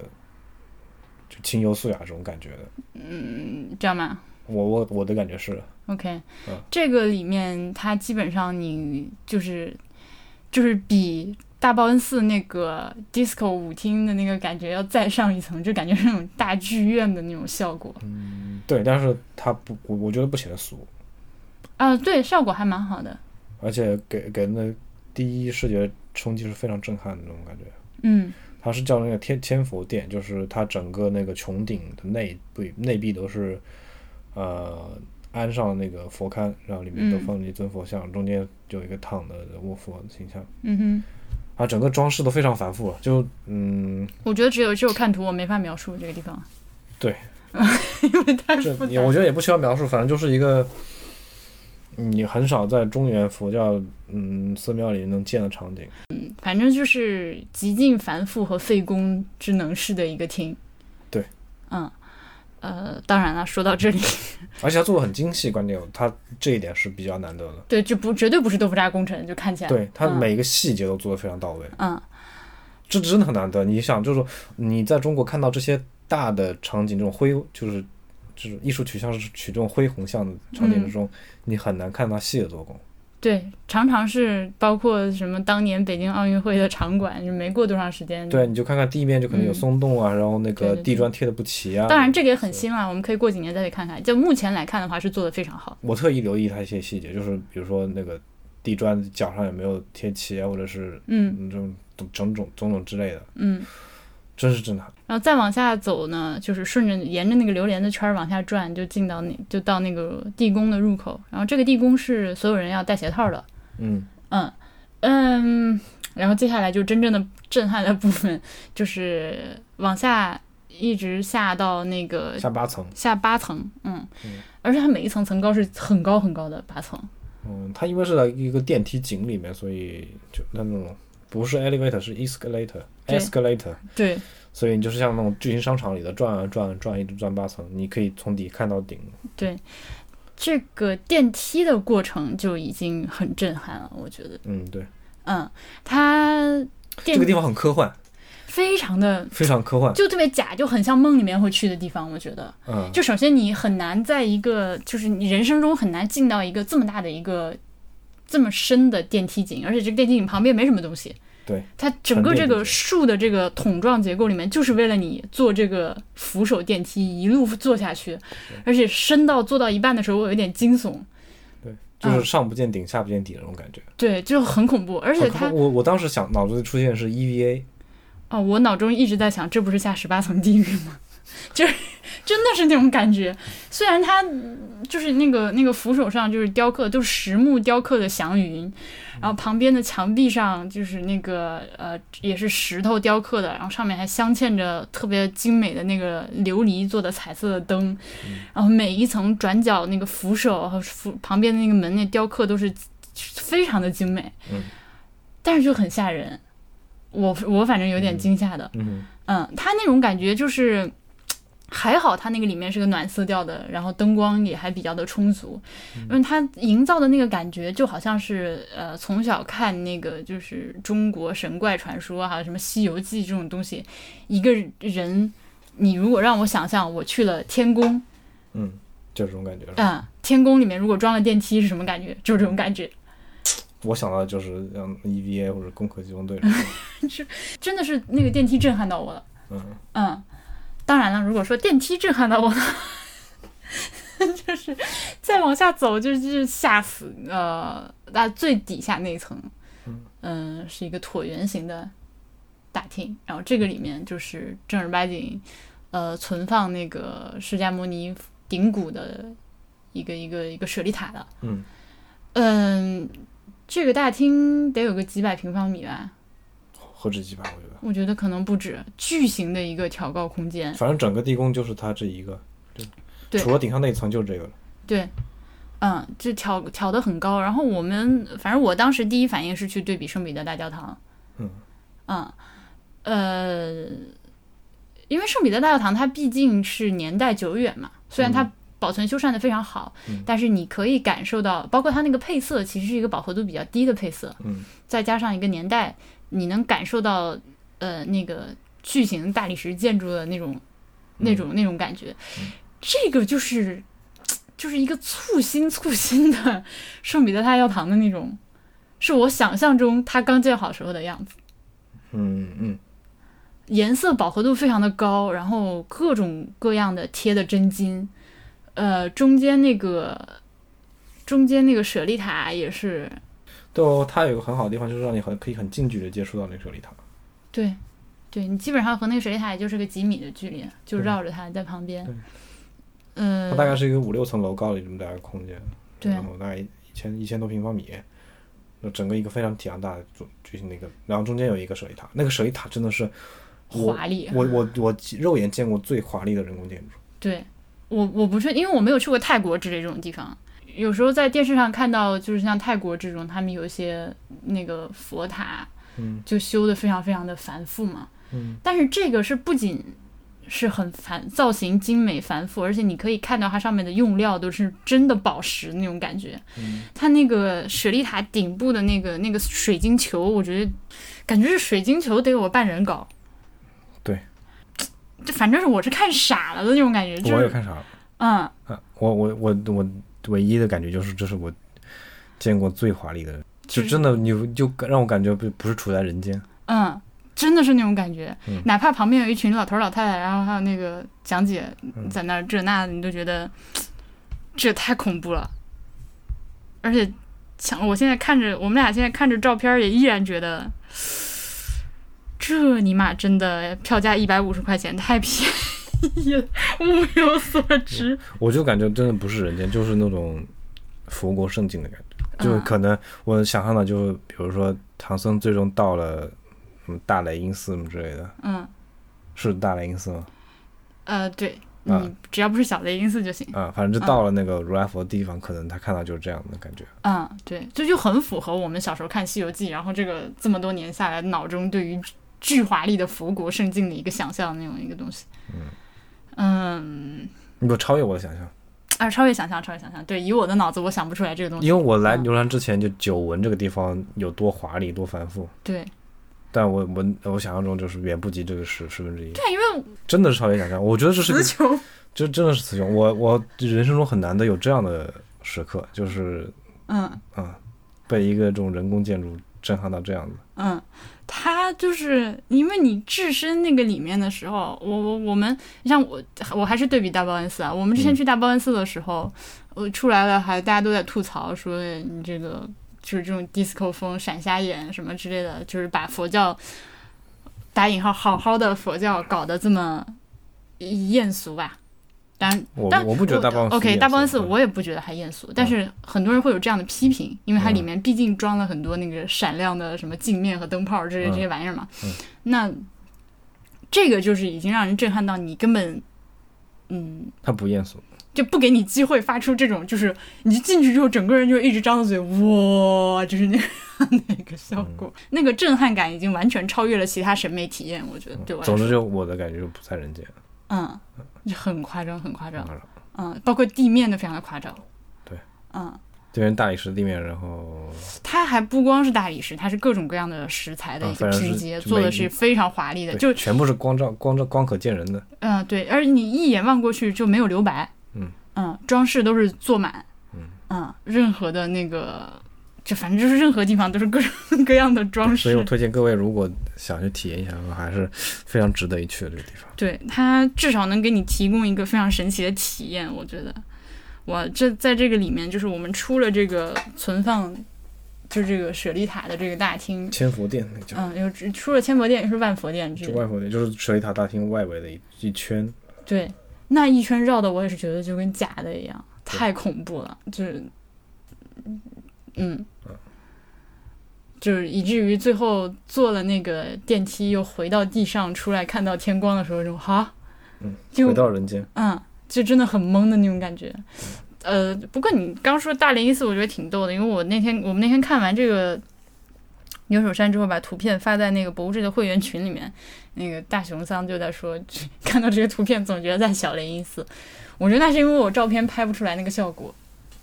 S2: 就清幽素雅这种感觉的。
S1: 嗯，这样吧
S2: 我我我的感觉是，
S1: ，OK，、
S2: 嗯
S1: 这个里面它基本上你就是就是比大报恩寺那个 disco 舞厅的那个感觉要再上一层，就感觉是那种大剧院的那种效果。
S2: 嗯对，但是它不，我我觉得不显得俗，
S1: 啊，对，效果还蛮好的。
S2: 而且给给人的第一视觉冲击是非常震撼的那种感觉。
S1: 嗯
S2: 它是叫那个天千佛殿，就是它整个那个穹顶的内部内壁都是，呃，安上那个佛龛，然后里面都
S1: 嗯
S2: 放了一尊佛像，中间有一个躺的卧佛形象，
S1: 嗯
S2: 啊，整个装饰都非常繁复，就嗯，
S1: 哼，我觉得只有只有看图，我没法描述这个地方。
S2: 对，
S1: 因为太
S2: 这
S1: 复杂
S2: 也我
S1: 了。
S2: 觉得也不需要描述，反正就是一个嗯你很少在中原佛教嗯寺庙里能见的场景，
S1: 反正就是极尽繁复和费工之能事的一个厅。
S2: 对，
S1: 嗯，呃，当然了，说到这里，
S2: 而且它做的很精细，关键它这一点是比较难得的，
S1: 对，这不绝对不是豆腐渣工程，就看起来。
S2: 对它
S1: 嗯
S2: 每一个细节都做的非常到位。
S1: 嗯
S2: 这真的很难得。你想，就是说你在中国看到这些大的场景，这种恢就是这种艺术取向是取这种恢宏向的
S1: 嗯
S2: 场景之中，你很难看到细的做工。
S1: 对，常常是包括什么当年北京奥运会的场馆，就没过多长时间。
S2: 对，，你就看看地面就可能有
S1: 嗯
S2: 松动啊，然后那
S1: 对
S2: 个
S1: 对
S2: 地砖贴的不齐啊。
S1: 当然这个也很新了，我们可以过几年再去看看。就目前来看的话，是做的非常好。
S2: 我特意留意它一些细节，就是比如说那个地砖脚上有没有贴齐啊，或者是
S1: 嗯
S2: 嗯这种种种种种种之类的，
S1: 嗯，
S2: 真是震撼。
S1: 然后再往下走呢，就是顺着沿着那个榴莲的圈儿往下转，就进到那就到那个地宫的入口。然后这个地宫是所有人要戴鞋套的，
S2: 嗯，
S1: 嗯嗯。然后接下来就真正的震撼的部分，就是往下一直下到那个
S2: 下八层，
S1: 下八层，嗯，
S2: 嗯
S1: 而且它每一层层高是很高很高的八层，
S2: 嗯，它因为是在一个电梯井里面，所以就那种不是 elevator 是 escalator，escalator
S1: 对
S2: escalator。
S1: 对，
S2: 所以你就是像那种巨型商场里的转啊转啊转，一直转八层，你可以从底看到顶。
S1: 这个电梯的过程就已经很震撼了，我觉得，
S2: 嗯，对，
S1: 嗯，它
S2: 这
S1: 电
S2: 个地方很科幻，
S1: 非常的
S2: 非常科幻。
S1: 就特别假，就很像梦里面会去的地方，我觉得，
S2: 嗯，
S1: 就首先你很难在一个，就是你人生中很难进到一个这么大的一个这么深的电梯井，而且这个电梯井旁边没什么东西。
S2: 对，
S1: 它整个这
S2: 沉淀
S1: 个
S2: 不住
S1: 树的这个桶状结构里面，就是为了你坐这个扶手电梯一路坐下去，而且深到坐到一半的时候，我有点惊悚，
S2: 对，就是上不见顶，下不见底的那种感觉。
S1: 对，就很恐嗯怖。而且
S2: 很
S1: 它
S2: 科，我我当时想脑子里出现的是 E EVA，
S1: 哦，我脑中一直在想，这不是下十八层地狱吗？就是真的是那种感觉。虽然它嗯就是那个那个扶手上就是雕刻，就是实木雕刻的祥云，然后旁边的墙壁上就是那个呃也是石头雕刻的，然后上面还镶嵌着特别精美的那个琉璃做的彩色的灯，
S2: 嗯
S1: 然后每一层转角那个扶手和扶旁边的那个门那雕刻都是非常的精美，
S2: 嗯
S1: 但是就很吓人。我我反正有点惊吓的，
S2: 嗯，
S1: 嗯，它那种感觉就是，还好它那个里面是个暖色调的，然后灯光也还比较的充足，因为它营造的那个感觉就好像是呃从小看那个就是中国神怪传说还有什么《西游记》这种东西，一个人你如果让我想象我去了天宫，
S2: 嗯，就这种感觉。
S1: 啊、天宫里面如果装了电梯是什么感觉？就是这种感觉，
S2: 我想到的就是像 EVA 或者《攻壳机动队》这
S1: 嗯
S2: 种。
S1: 真的是那个电梯震撼到我了。
S2: 嗯，
S1: 嗯，当然了，如果说电梯震撼到我， 就是再往下走，就是就是吓死。呃，那最底下那一层，嗯、是一个椭圆形的大厅，然后这个里面就是正儿八经，呃，存放那个释迦牟尼顶骨的一个一个一个舍利塔的。
S2: 嗯，
S1: 嗯，这个大厅得有个几百平方米吧，
S2: 何止几百，我觉得，
S1: 我觉得可能不止，巨型的一个挑高空间。
S2: 反正整个地宫就是它这一个，
S1: 对
S2: 对，除了顶上那一层就是这个了。
S1: 对，嗯，就挑挑的很高。然后我们反正我当时第一反应是去对比圣彼得大教堂，
S2: 嗯
S1: 嗯呃，因为圣彼得大教堂它毕竟是年代久远嘛，虽然它
S2: 嗯
S1: 保存修缮的非常好，
S2: 嗯
S1: 但是你可以感受到，包括它那个配色其实是一个饱和度比较低的配色，
S2: 嗯，
S1: 再加上一个年代，你能感受到呃那个巨型大理石建筑的那种那种那种感觉，这个就是就是一个簇新簇新的圣彼得大教堂的那种，是我想象中它刚建好时候的样子，
S2: 嗯嗯，
S1: 颜色饱和度非常的高，然后各种各样的贴的真金，呃，中间那个中间那个舍利塔也是
S2: 对哦，它有一个很好的地方，就是让你很可以很近距离地接触到那个舍利塔。
S1: 对，对你基本上和那个水塔也就是个几米的距离，就
S2: 对
S1: 绕着它在旁边
S2: 对。
S1: 嗯、
S2: 它大概是一个五六层楼高的这么大个空间，
S1: 对
S2: 然后大概一千一千多平方米，那整个一个非常体量大的巨巨型的一个，然后中间有一个舍利塔，那个舍利塔真的是我
S1: 华丽。啊
S2: 我我我肉眼见过最华丽的人工建筑。
S1: 对我我不是因为我没有去过泰国之类这种地方，有时候在电视上看到，就是像泰国这种，他们有一些那个佛塔
S2: 嗯
S1: 就修的非常非常的繁复嘛。
S2: 嗯
S1: 但是这个是不仅是很繁造型精美繁复，而且你可以看到它上面的用料都是真的宝石那种感觉。
S2: 嗯
S1: 它那个舍利塔顶部的那个那个水晶球，我觉得感觉是水晶球得有个半人高。
S2: 对，
S1: 就反正是我是看傻了的那种感觉，就
S2: 我也
S1: 是
S2: 看傻了，
S1: 嗯，
S2: 啊，我我我我唯一的感觉就是，这是我见过最华丽的，就真的你就让我感觉不不是处在人间。
S1: 嗯，真的是那种感觉，
S2: 嗯
S1: 哪怕旁边有一群老头儿老太太，然后还有那个讲解在那儿这那的，你都觉得嘖这也太恐怖了。而且，想我现在看着我们俩现在看着照片儿，也依然觉得 嘖这尼玛真的票价一百五十块钱太便宜了， 物有所值。
S2: 我就感觉真的不是人间，就是那种佛国圣境的感觉。就
S1: 嗯
S2: 可能我想象的，就比如说唐僧最终到了什么大雷音寺什么之类的，
S1: 嗯，
S2: 是大雷音寺吗？
S1: 呃，对。
S2: 啊
S1: 你只要不是小雷音寺就行。
S2: 啊，反正就到了那个如来佛地方，可能他看到就是这样的感觉。
S1: 嗯，对，这就很符合我们小时候看《西游记》，然后这个这么多年下来，脑中对于巨华丽的佛国圣境的一个想象那种一个东西。嗯，
S2: 你不超越我的想象，
S1: 啊，超越想象，超越想象。对，以我的脑子，我想不出来这个东西。
S2: 因为我来
S1: 嗯
S2: 牛兰之前就久闻这个地方有多华丽、多繁复，
S1: 对，
S2: 但我我我想象中就是远不及这个十十分之一，
S1: 对，因为
S2: 真的是超越想象。我觉得这是个
S1: 词穷。
S2: 这真的是雌雄，我我人生中很难得有这样的时刻，就是
S1: 嗯
S2: 啊，被一个这种人工建筑震撼到这样子。
S1: 嗯，他就是因为你置身那个里面的时候，我我我们像我我还是对比大报恩寺啊，我们之前
S2: 嗯
S1: 去大报恩寺的时候，我出来了还大家都在吐槽说你这个就是这种 disco 风闪瞎眼什么之类的，就是把佛教打引号好好的佛教搞得这么呃艳俗吧。当然，
S2: 我
S1: 但
S2: 我不觉得大报恩寺
S1: OK，大报恩寺
S2: 嗯
S1: 我也不觉得它艳俗，但是很多人会有这样的批评，因为
S2: 嗯
S1: 它里面毕竟装了很多那个闪亮的什么镜面和灯泡之类
S2: 嗯
S1: 这些玩意儿嘛。
S2: 嗯
S1: 那这个就是已经让人震撼到你根本，嗯，
S2: 它不艳俗，
S1: 就不给你机会发出这种，就是你进去之后整个人就一直张着嘴，哇，就是那个那个效
S2: 嗯
S1: 果，那个震撼感已经完全超越了其他审美体验，我觉得对我来
S2: 总
S1: 说，
S2: 嗯之就我的感觉就不在人间。
S1: 嗯，就很夸张，很夸张，
S2: 当然
S1: 嗯，包括地面都非常的夸张，
S2: 对，
S1: 嗯。
S2: 这边大理石地面，然后
S1: 它还不光是大理石，它是各种各样的食材的
S2: 啊
S1: 一个
S2: 反正是
S1: 拼接，
S2: 就
S1: 做的
S2: 每
S1: 是非常华丽的。
S2: 对
S1: 就
S2: 全部是光照光照光可见人的，
S1: 嗯、对，而你一眼望过去就没有留白。
S2: 嗯
S1: 装饰都是做满。
S2: 嗯
S1: 任何的那个，就反正就是任何地方都是各种 各样的装
S2: 所以我
S1: 饰。
S2: 推荐各位如果想去体验一下的话，还是非常值得一去的这个地方。
S1: 对，它至少能给你提供一个非常神奇的体验，我觉得。我这在这个里面，就是我们出了这个存放，就这个雪莉塔的这个大厅，
S2: 千佛殿那个叫。
S1: 嗯，又出了千佛殿，也是万佛殿之
S2: 就
S1: 类的。
S2: 外佛殿，就是水塔大厅外围的一一圈，
S1: 对，那一圈绕的我也是觉得就跟假的一样，
S2: 对
S1: 太恐怖了，就是，嗯，就是以至于最后坐了那个电梯又回到地上出来看到天光的时候，这种哈，
S2: 嗯，
S1: 就
S2: 回到人间。
S1: 嗯，就真的很懵的那种感觉。呃，不过你刚说大连一四，我觉得挺逗的，因为我那天我们那天看完这个牛首山之后，把图片发在那个博物志的会员群里面，那个大熊桑就在说， 看到这个图片总觉得在小连一寺。我觉得那是因为我照片拍不出来那个效果，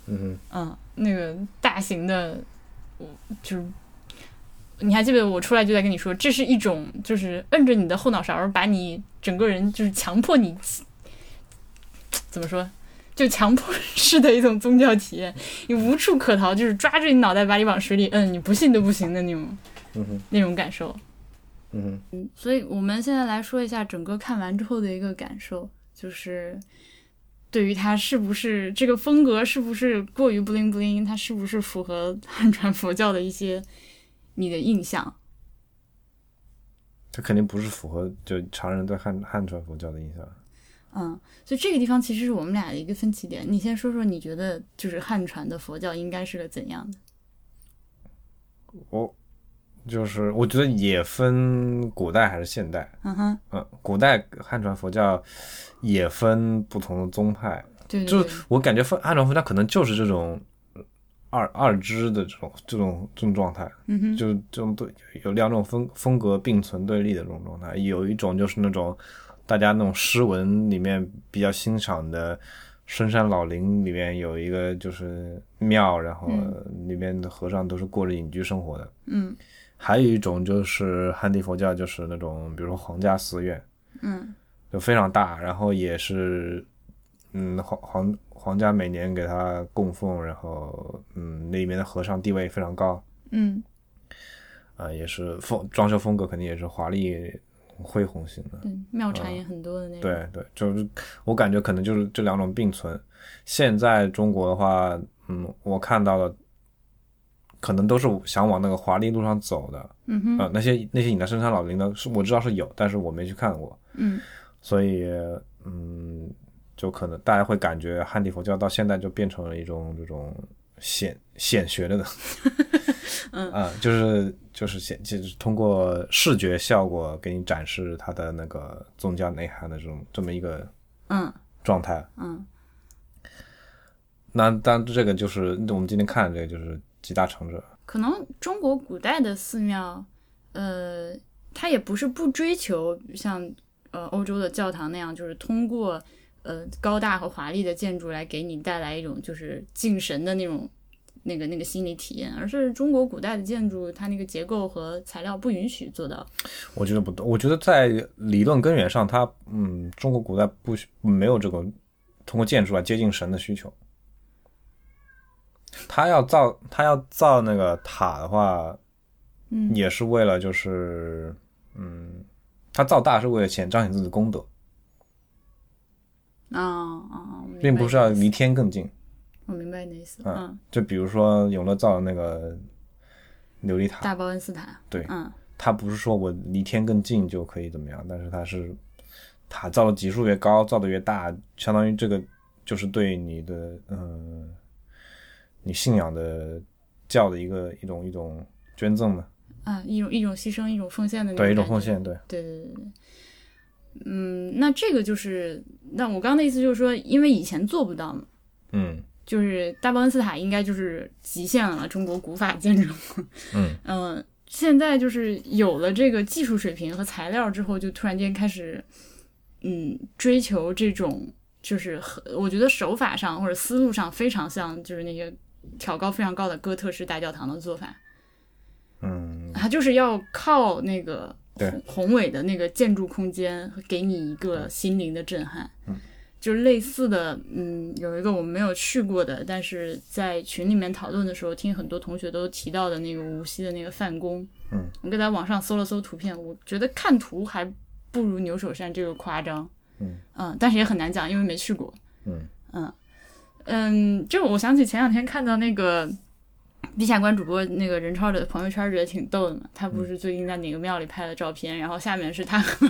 S2: 嗯
S1: 嗯，那个大型的，我就是。你还记得我出来就在跟你说，这是一种就是摁着你的后脑勺，把你整个人就是强迫你，怎么说，就强迫式的一种宗教体验，你无处可逃，就是抓着你脑袋把你往水里摁，你不信都不行的那种
S2: 哼，嗯哼，
S1: 那种感受。
S2: 嗯哼。
S1: 所以我们现在来说一下整个看完之后的一个感受，就是对于它是不是这个风格是不是过于不灵不灵，它是不是符合汉传佛教的一些你的印象？
S2: 它肯定不是符合就常人对汉汉传佛教的啊印象。
S1: 嗯，所以这个地方其实是我们俩的一个分歧点。你先说说，你觉得就是汉传的佛教应该是个怎样的？
S2: 我就是我觉得也分古代还是现代，
S1: 嗯哼，
S2: 嗯，古代汉传佛教也分不同的宗派，
S1: 对对
S2: 就
S1: 对，
S2: 是我感觉分汉传佛教可能就是这种呃二二支的这种这种这种状态，
S1: 嗯哼，
S2: 就是这种对有两种风风格并存对立的这种状态，有一种就是那种大家那种诗文里面比较欣赏的深山老林里面有一个就是庙，然后里面的和尚都是过着隐居生活的。
S1: 嗯
S2: 还有一种就是汉地佛教，就是那种比如说皇家寺院，
S1: 嗯
S2: 就非常大，然后也是嗯，皇皇皇家每年给他供奉，然后嗯，那里面的和尚地位非常高
S1: 嗯，
S2: 啊、也是风装修风格肯定也是华丽恢宏型的。
S1: 对，庙产也很多的那种。
S2: 对对，就是我感觉可能就是这两种并存。现在中国的话，嗯，我看到了，可能都是想往那个华丽路上走的。
S1: 嗯哼，
S2: 啊、那些那些隐在深山老林的，是我知道是有，但是我没去看过，
S1: 嗯
S2: 所以嗯，就可能大家会感觉汉地佛教到现在就变成了一种这种显显学的，嗯 啊、就是就是显就是通过视觉效果给你展示它的那个宗教内涵的这种这么一个
S1: 嗯
S2: 状态。
S1: 嗯
S2: 那当然这个就是我们今天看的这个就是集大成者，
S1: 可能中国古代的寺庙，呃，它也不是不追求像呃欧洲的教堂那样，就是通过呃高大和华丽的建筑来给你带来一种就是敬神的那种那个那个心理体验，而是中国古代的建筑它那个结构和材料不允许做到。
S2: 我觉得不对，我觉得在理论根源上，它嗯，中国古代不需没有这个通过建筑来接近神的需求。他要造他要造那个塔的话，
S1: 嗯
S2: 也是为了就是嗯，他造大是为了显彰显自己的功德，
S1: 啊啊，我明白
S2: 并不是要离天更近。
S1: 我明白你的意思。
S2: 嗯
S1: 嗯，
S2: 就比如说永乐造的那个琉璃塔，
S1: 大报恩寺塔。
S2: 对
S1: 嗯
S2: 他不是说我离天更近就可以怎么样，但是他是塔造的级数越高，造的越大，相当于这个就是对你的嗯、你信仰的教的一个一种一种捐赠嘛，
S1: 啊，一种一种牺牲，一种奉献的那种
S2: 对一种
S1: 感
S2: 奉
S1: 觉
S2: 献，对，
S1: 对对对对，嗯，那这个就是，那我刚刚的意思就是说，因为以前做不到嘛，
S2: 嗯
S1: 就是大报恩寺塔应该就是极限了中国古法建筑，
S2: 嗯
S1: 嗯、现在就是有了这个技术水平和材料之后，就突然间开始，嗯，追求这种就是和我觉得手法上或者思路上非常像，就是那些挑高非常高的哥特式大教堂的做法，
S2: 嗯，
S1: 它就是要靠那个
S2: 对
S1: 宏宏伟的那个建筑空间，给你一个心灵的震撼。嗯，就是类似的，嗯，有一个我没有去过的，但是在群里面讨论的时候，听很多同学都提到的那个无锡的那个范宫。
S2: 嗯，
S1: 我给在网上搜了搜图片，我觉得看图还不如牛首山这个夸张。
S2: 嗯
S1: 但是也很难讲，因为没去过。
S2: 嗯
S1: 嗯嗯，就我想起前两天看到那个地下关主播那个任超的朋友圈儿也挺逗的嘛，他
S2: 嗯
S1: 不是最近在哪个庙里拍的照片，然后下面是他和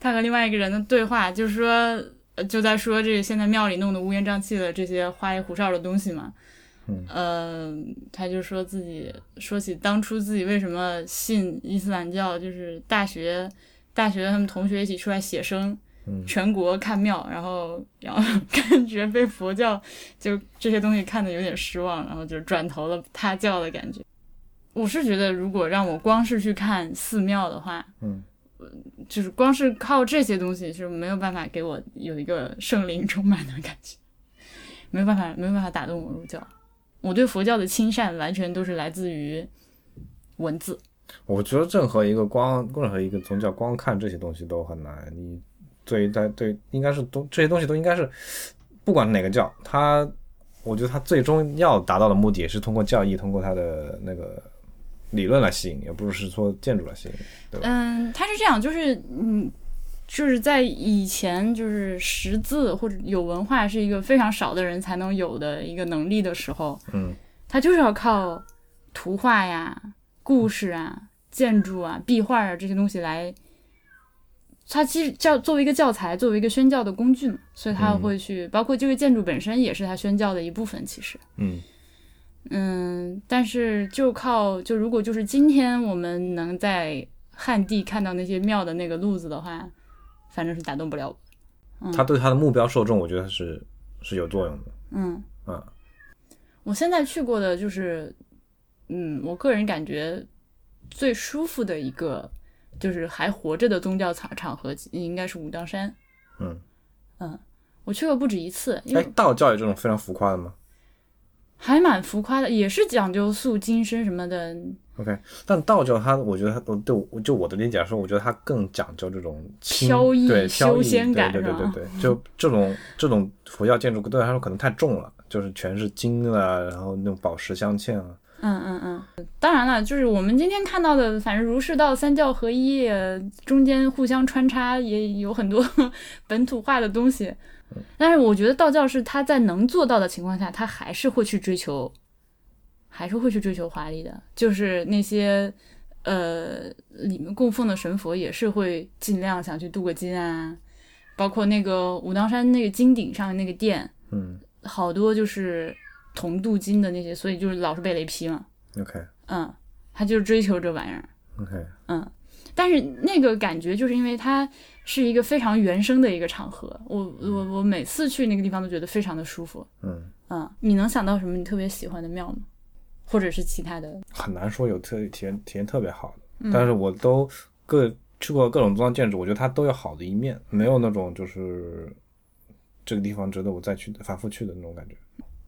S1: 他和另外一个人的对话，就是说呃就在说这现在庙里弄得乌烟瘴气的这些花里胡哨的东西嘛。
S2: 嗯
S1: 呃，他就说自己说起当初自己为什么信伊斯兰教，就是大学大学他们同学一起出来写生，
S2: 嗯
S1: 全国看庙，然后然后 感觉被佛教就这些东西看的有点失望，然后就转投了他教的感觉。我是觉得，如果让我光是去看寺庙的话，
S2: 嗯，
S1: 就是光是靠这些东西是没有办法给我有一个圣灵充满的感觉，没有办法，没有办法打动我入教。我对佛教的亲善完全都是来自于文字，
S2: 我觉得任何一个光任何一个宗教光看这些东西都很难，你对于在对应该是都这些东西都应该是不管哪个教，它我觉得它最终要达到的目的也是通过教义，通过它的那个理论来吸引你，而不是说建筑来吸引你。
S1: 嗯，它是这样，就是嗯，就是在以前，就是识字或者有文化是一个非常少的人才能有的一个能力的时候，
S2: 嗯，
S1: 它就是要靠图画呀、故事啊、建筑啊、壁画啊这些东西来。它其实教作为一个教材，作为一个宣教的工具嘛，所以它
S2: 嗯
S1: 会去，包括这个建筑本身也是它宣教的一部分。其实，
S2: 嗯
S1: 嗯，但是就靠就如果就是今天我们能在汉地看到那些庙的那个路子的话，反正是打动不了我。
S2: 它对它的目标受众，我觉得是是有作用的。
S1: 嗯，
S2: 啊，
S1: 我现在去过的就是，嗯，我个人感觉最舒服的一个就是还活着的宗教场场合，应该是武当山。
S2: 嗯，
S1: 我去过不止一次，因
S2: 哎
S1: 为，
S2: 道教有这种非常浮夸的吗？
S1: 还蛮浮夸的，也是讲究塑金身什么的。
S2: OK，但道教它，我觉得它，我对我就我的理解来说，我觉得它更讲究这种清
S1: 飘逸
S2: 对飘
S1: 修
S2: 逸
S1: 仙感
S2: 对对
S1: 是
S2: 对
S1: 吧
S2: 对对， 就这种这种佛教建筑对我来说可能太重了，就是全是金啊，然后那种宝石镶嵌啊，
S1: 嗯嗯嗯，当然了，就是我们今天看到的，反正儒释道三教合一，呃中间互相穿插，也有很多 本土化的东西。但是我觉得道教是他在能做到的情况下，他还是会去追求，还是会去追求华丽的，就是那些呃里面供奉的神佛也是会尽量想去镀个金啊，包括那个武当山那个金顶上那个殿，
S2: 嗯
S1: 好多就是铜镀金的那些，所以就是老是被雷劈嘛。
S2: ，OK
S1: 嗯，他就是追求这玩意儿，
S2: OK，
S1: 嗯。但是那个感觉，就是因为它是一个非常原生的一个场合，我我我每次去那个地方都觉得非常的舒服，
S2: 嗯，
S1: 嗯。你能想到什么你特别喜欢的庙吗？或者是其他的？
S2: 很难说有特体验体验特别好的，
S1: 嗯
S2: 但是我都各去过各种宗教建筑，我觉得它都有好的一面，没有那种就是这个地方值得我再去反复去的那种感觉。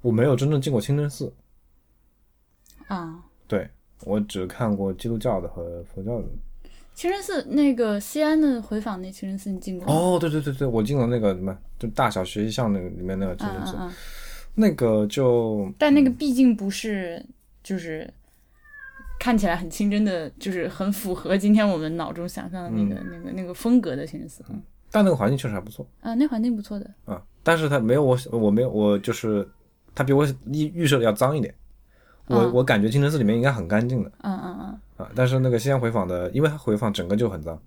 S2: 我没有真正进过清真寺，
S1: 啊、
S2: 对我只看过基督教的和佛教的。
S1: 清真寺那个西安的回访那清真寺你进过吗？
S2: 哦，对对对对，我进了那个什么，就大小学习巷那个里面那个清
S1: 嗯
S2: 真
S1: 嗯
S2: 寺，
S1: 嗯，
S2: 那个就
S1: 但那个毕竟不是就是看起来很清真的，就是很符合今天我们脑中想象的那个、那个那个风格的清真寺。嗯，
S2: 但那个环境确实还不错
S1: 啊，那环境不错的。
S2: 啊，但是它没有我我没有我就是它比我预预设的要脏一点，我、
S1: 嗯
S2: 我感觉清真寺里面应该很干净的
S1: 嗯嗯
S2: 啊，但是那个西安回访的，因为它回访整个就很脏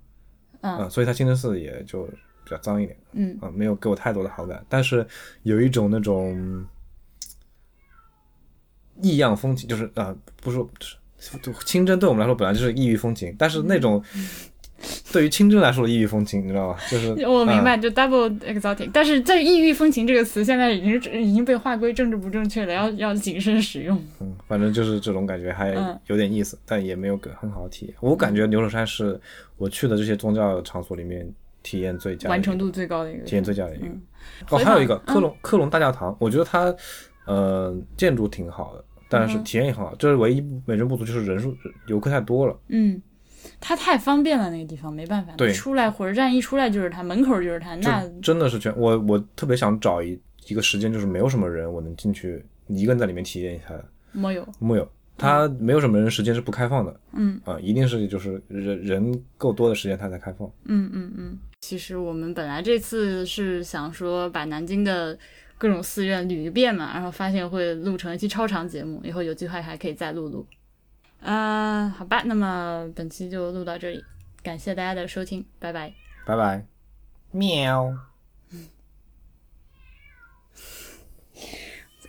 S1: 嗯
S2: 啊，所以它清真寺也就比较脏一点
S1: 嗯
S2: 啊，没有给我太多的好感，但是有一种那种异样风情，就是啊、不是就是就清真对我们来说本来就是异域风情，但是那种 对于清真来说的异域风情，你知道吧？就是
S1: 嗯，我明
S2: 啊
S1: 白，就 double exotic，但是在“异域风情”这个词现在已经是已经被划归政治不正确了，要要谨慎使用。
S2: 嗯，反正就是这种感觉还
S1: 嗯
S2: 有点意思，但也没有个很好的体验。我感觉牛首山是我去的这些宗教场所里面体验最佳的一个，
S1: 完成度最高的一个
S2: 体验最佳的一个。
S1: 嗯
S2: 哦，
S1: 回
S2: 还有
S1: 访
S2: 一个
S1: 嗯
S2: 科隆、科隆大教堂，我觉得它呃建筑挺好的，但是
S1: 嗯哼
S2: 体验也很好。这是唯一美中不足，就是人数游客太多了。
S1: 嗯，它太方便了，那个地方没办法。
S2: 对
S1: 出来火车站一出来就是它，门口就是它，
S2: 就
S1: 那
S2: 真的是全我我特别想找一一个时间，就是没有什么人，我能进去一个人在里面体验一下的。
S1: 没有。
S2: 木有，它没有什么人时间是不开放的。
S1: 嗯
S2: 啊、一定是就是人人够多的时间它才开放。
S1: 嗯嗯嗯。其实我们本来这次是想说把南京的各种寺院捋一遍嘛，然后发现会录成一期超长节目，以后有机会还可以再录录。呃，好吧，那么本期就录到这里，感谢大家的收听，拜拜。
S2: 拜拜，喵。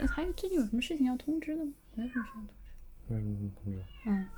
S1: 还有最近有什么事情要通知的吗？没有什么事情要通知。
S2: 嗯，
S1: 嗯，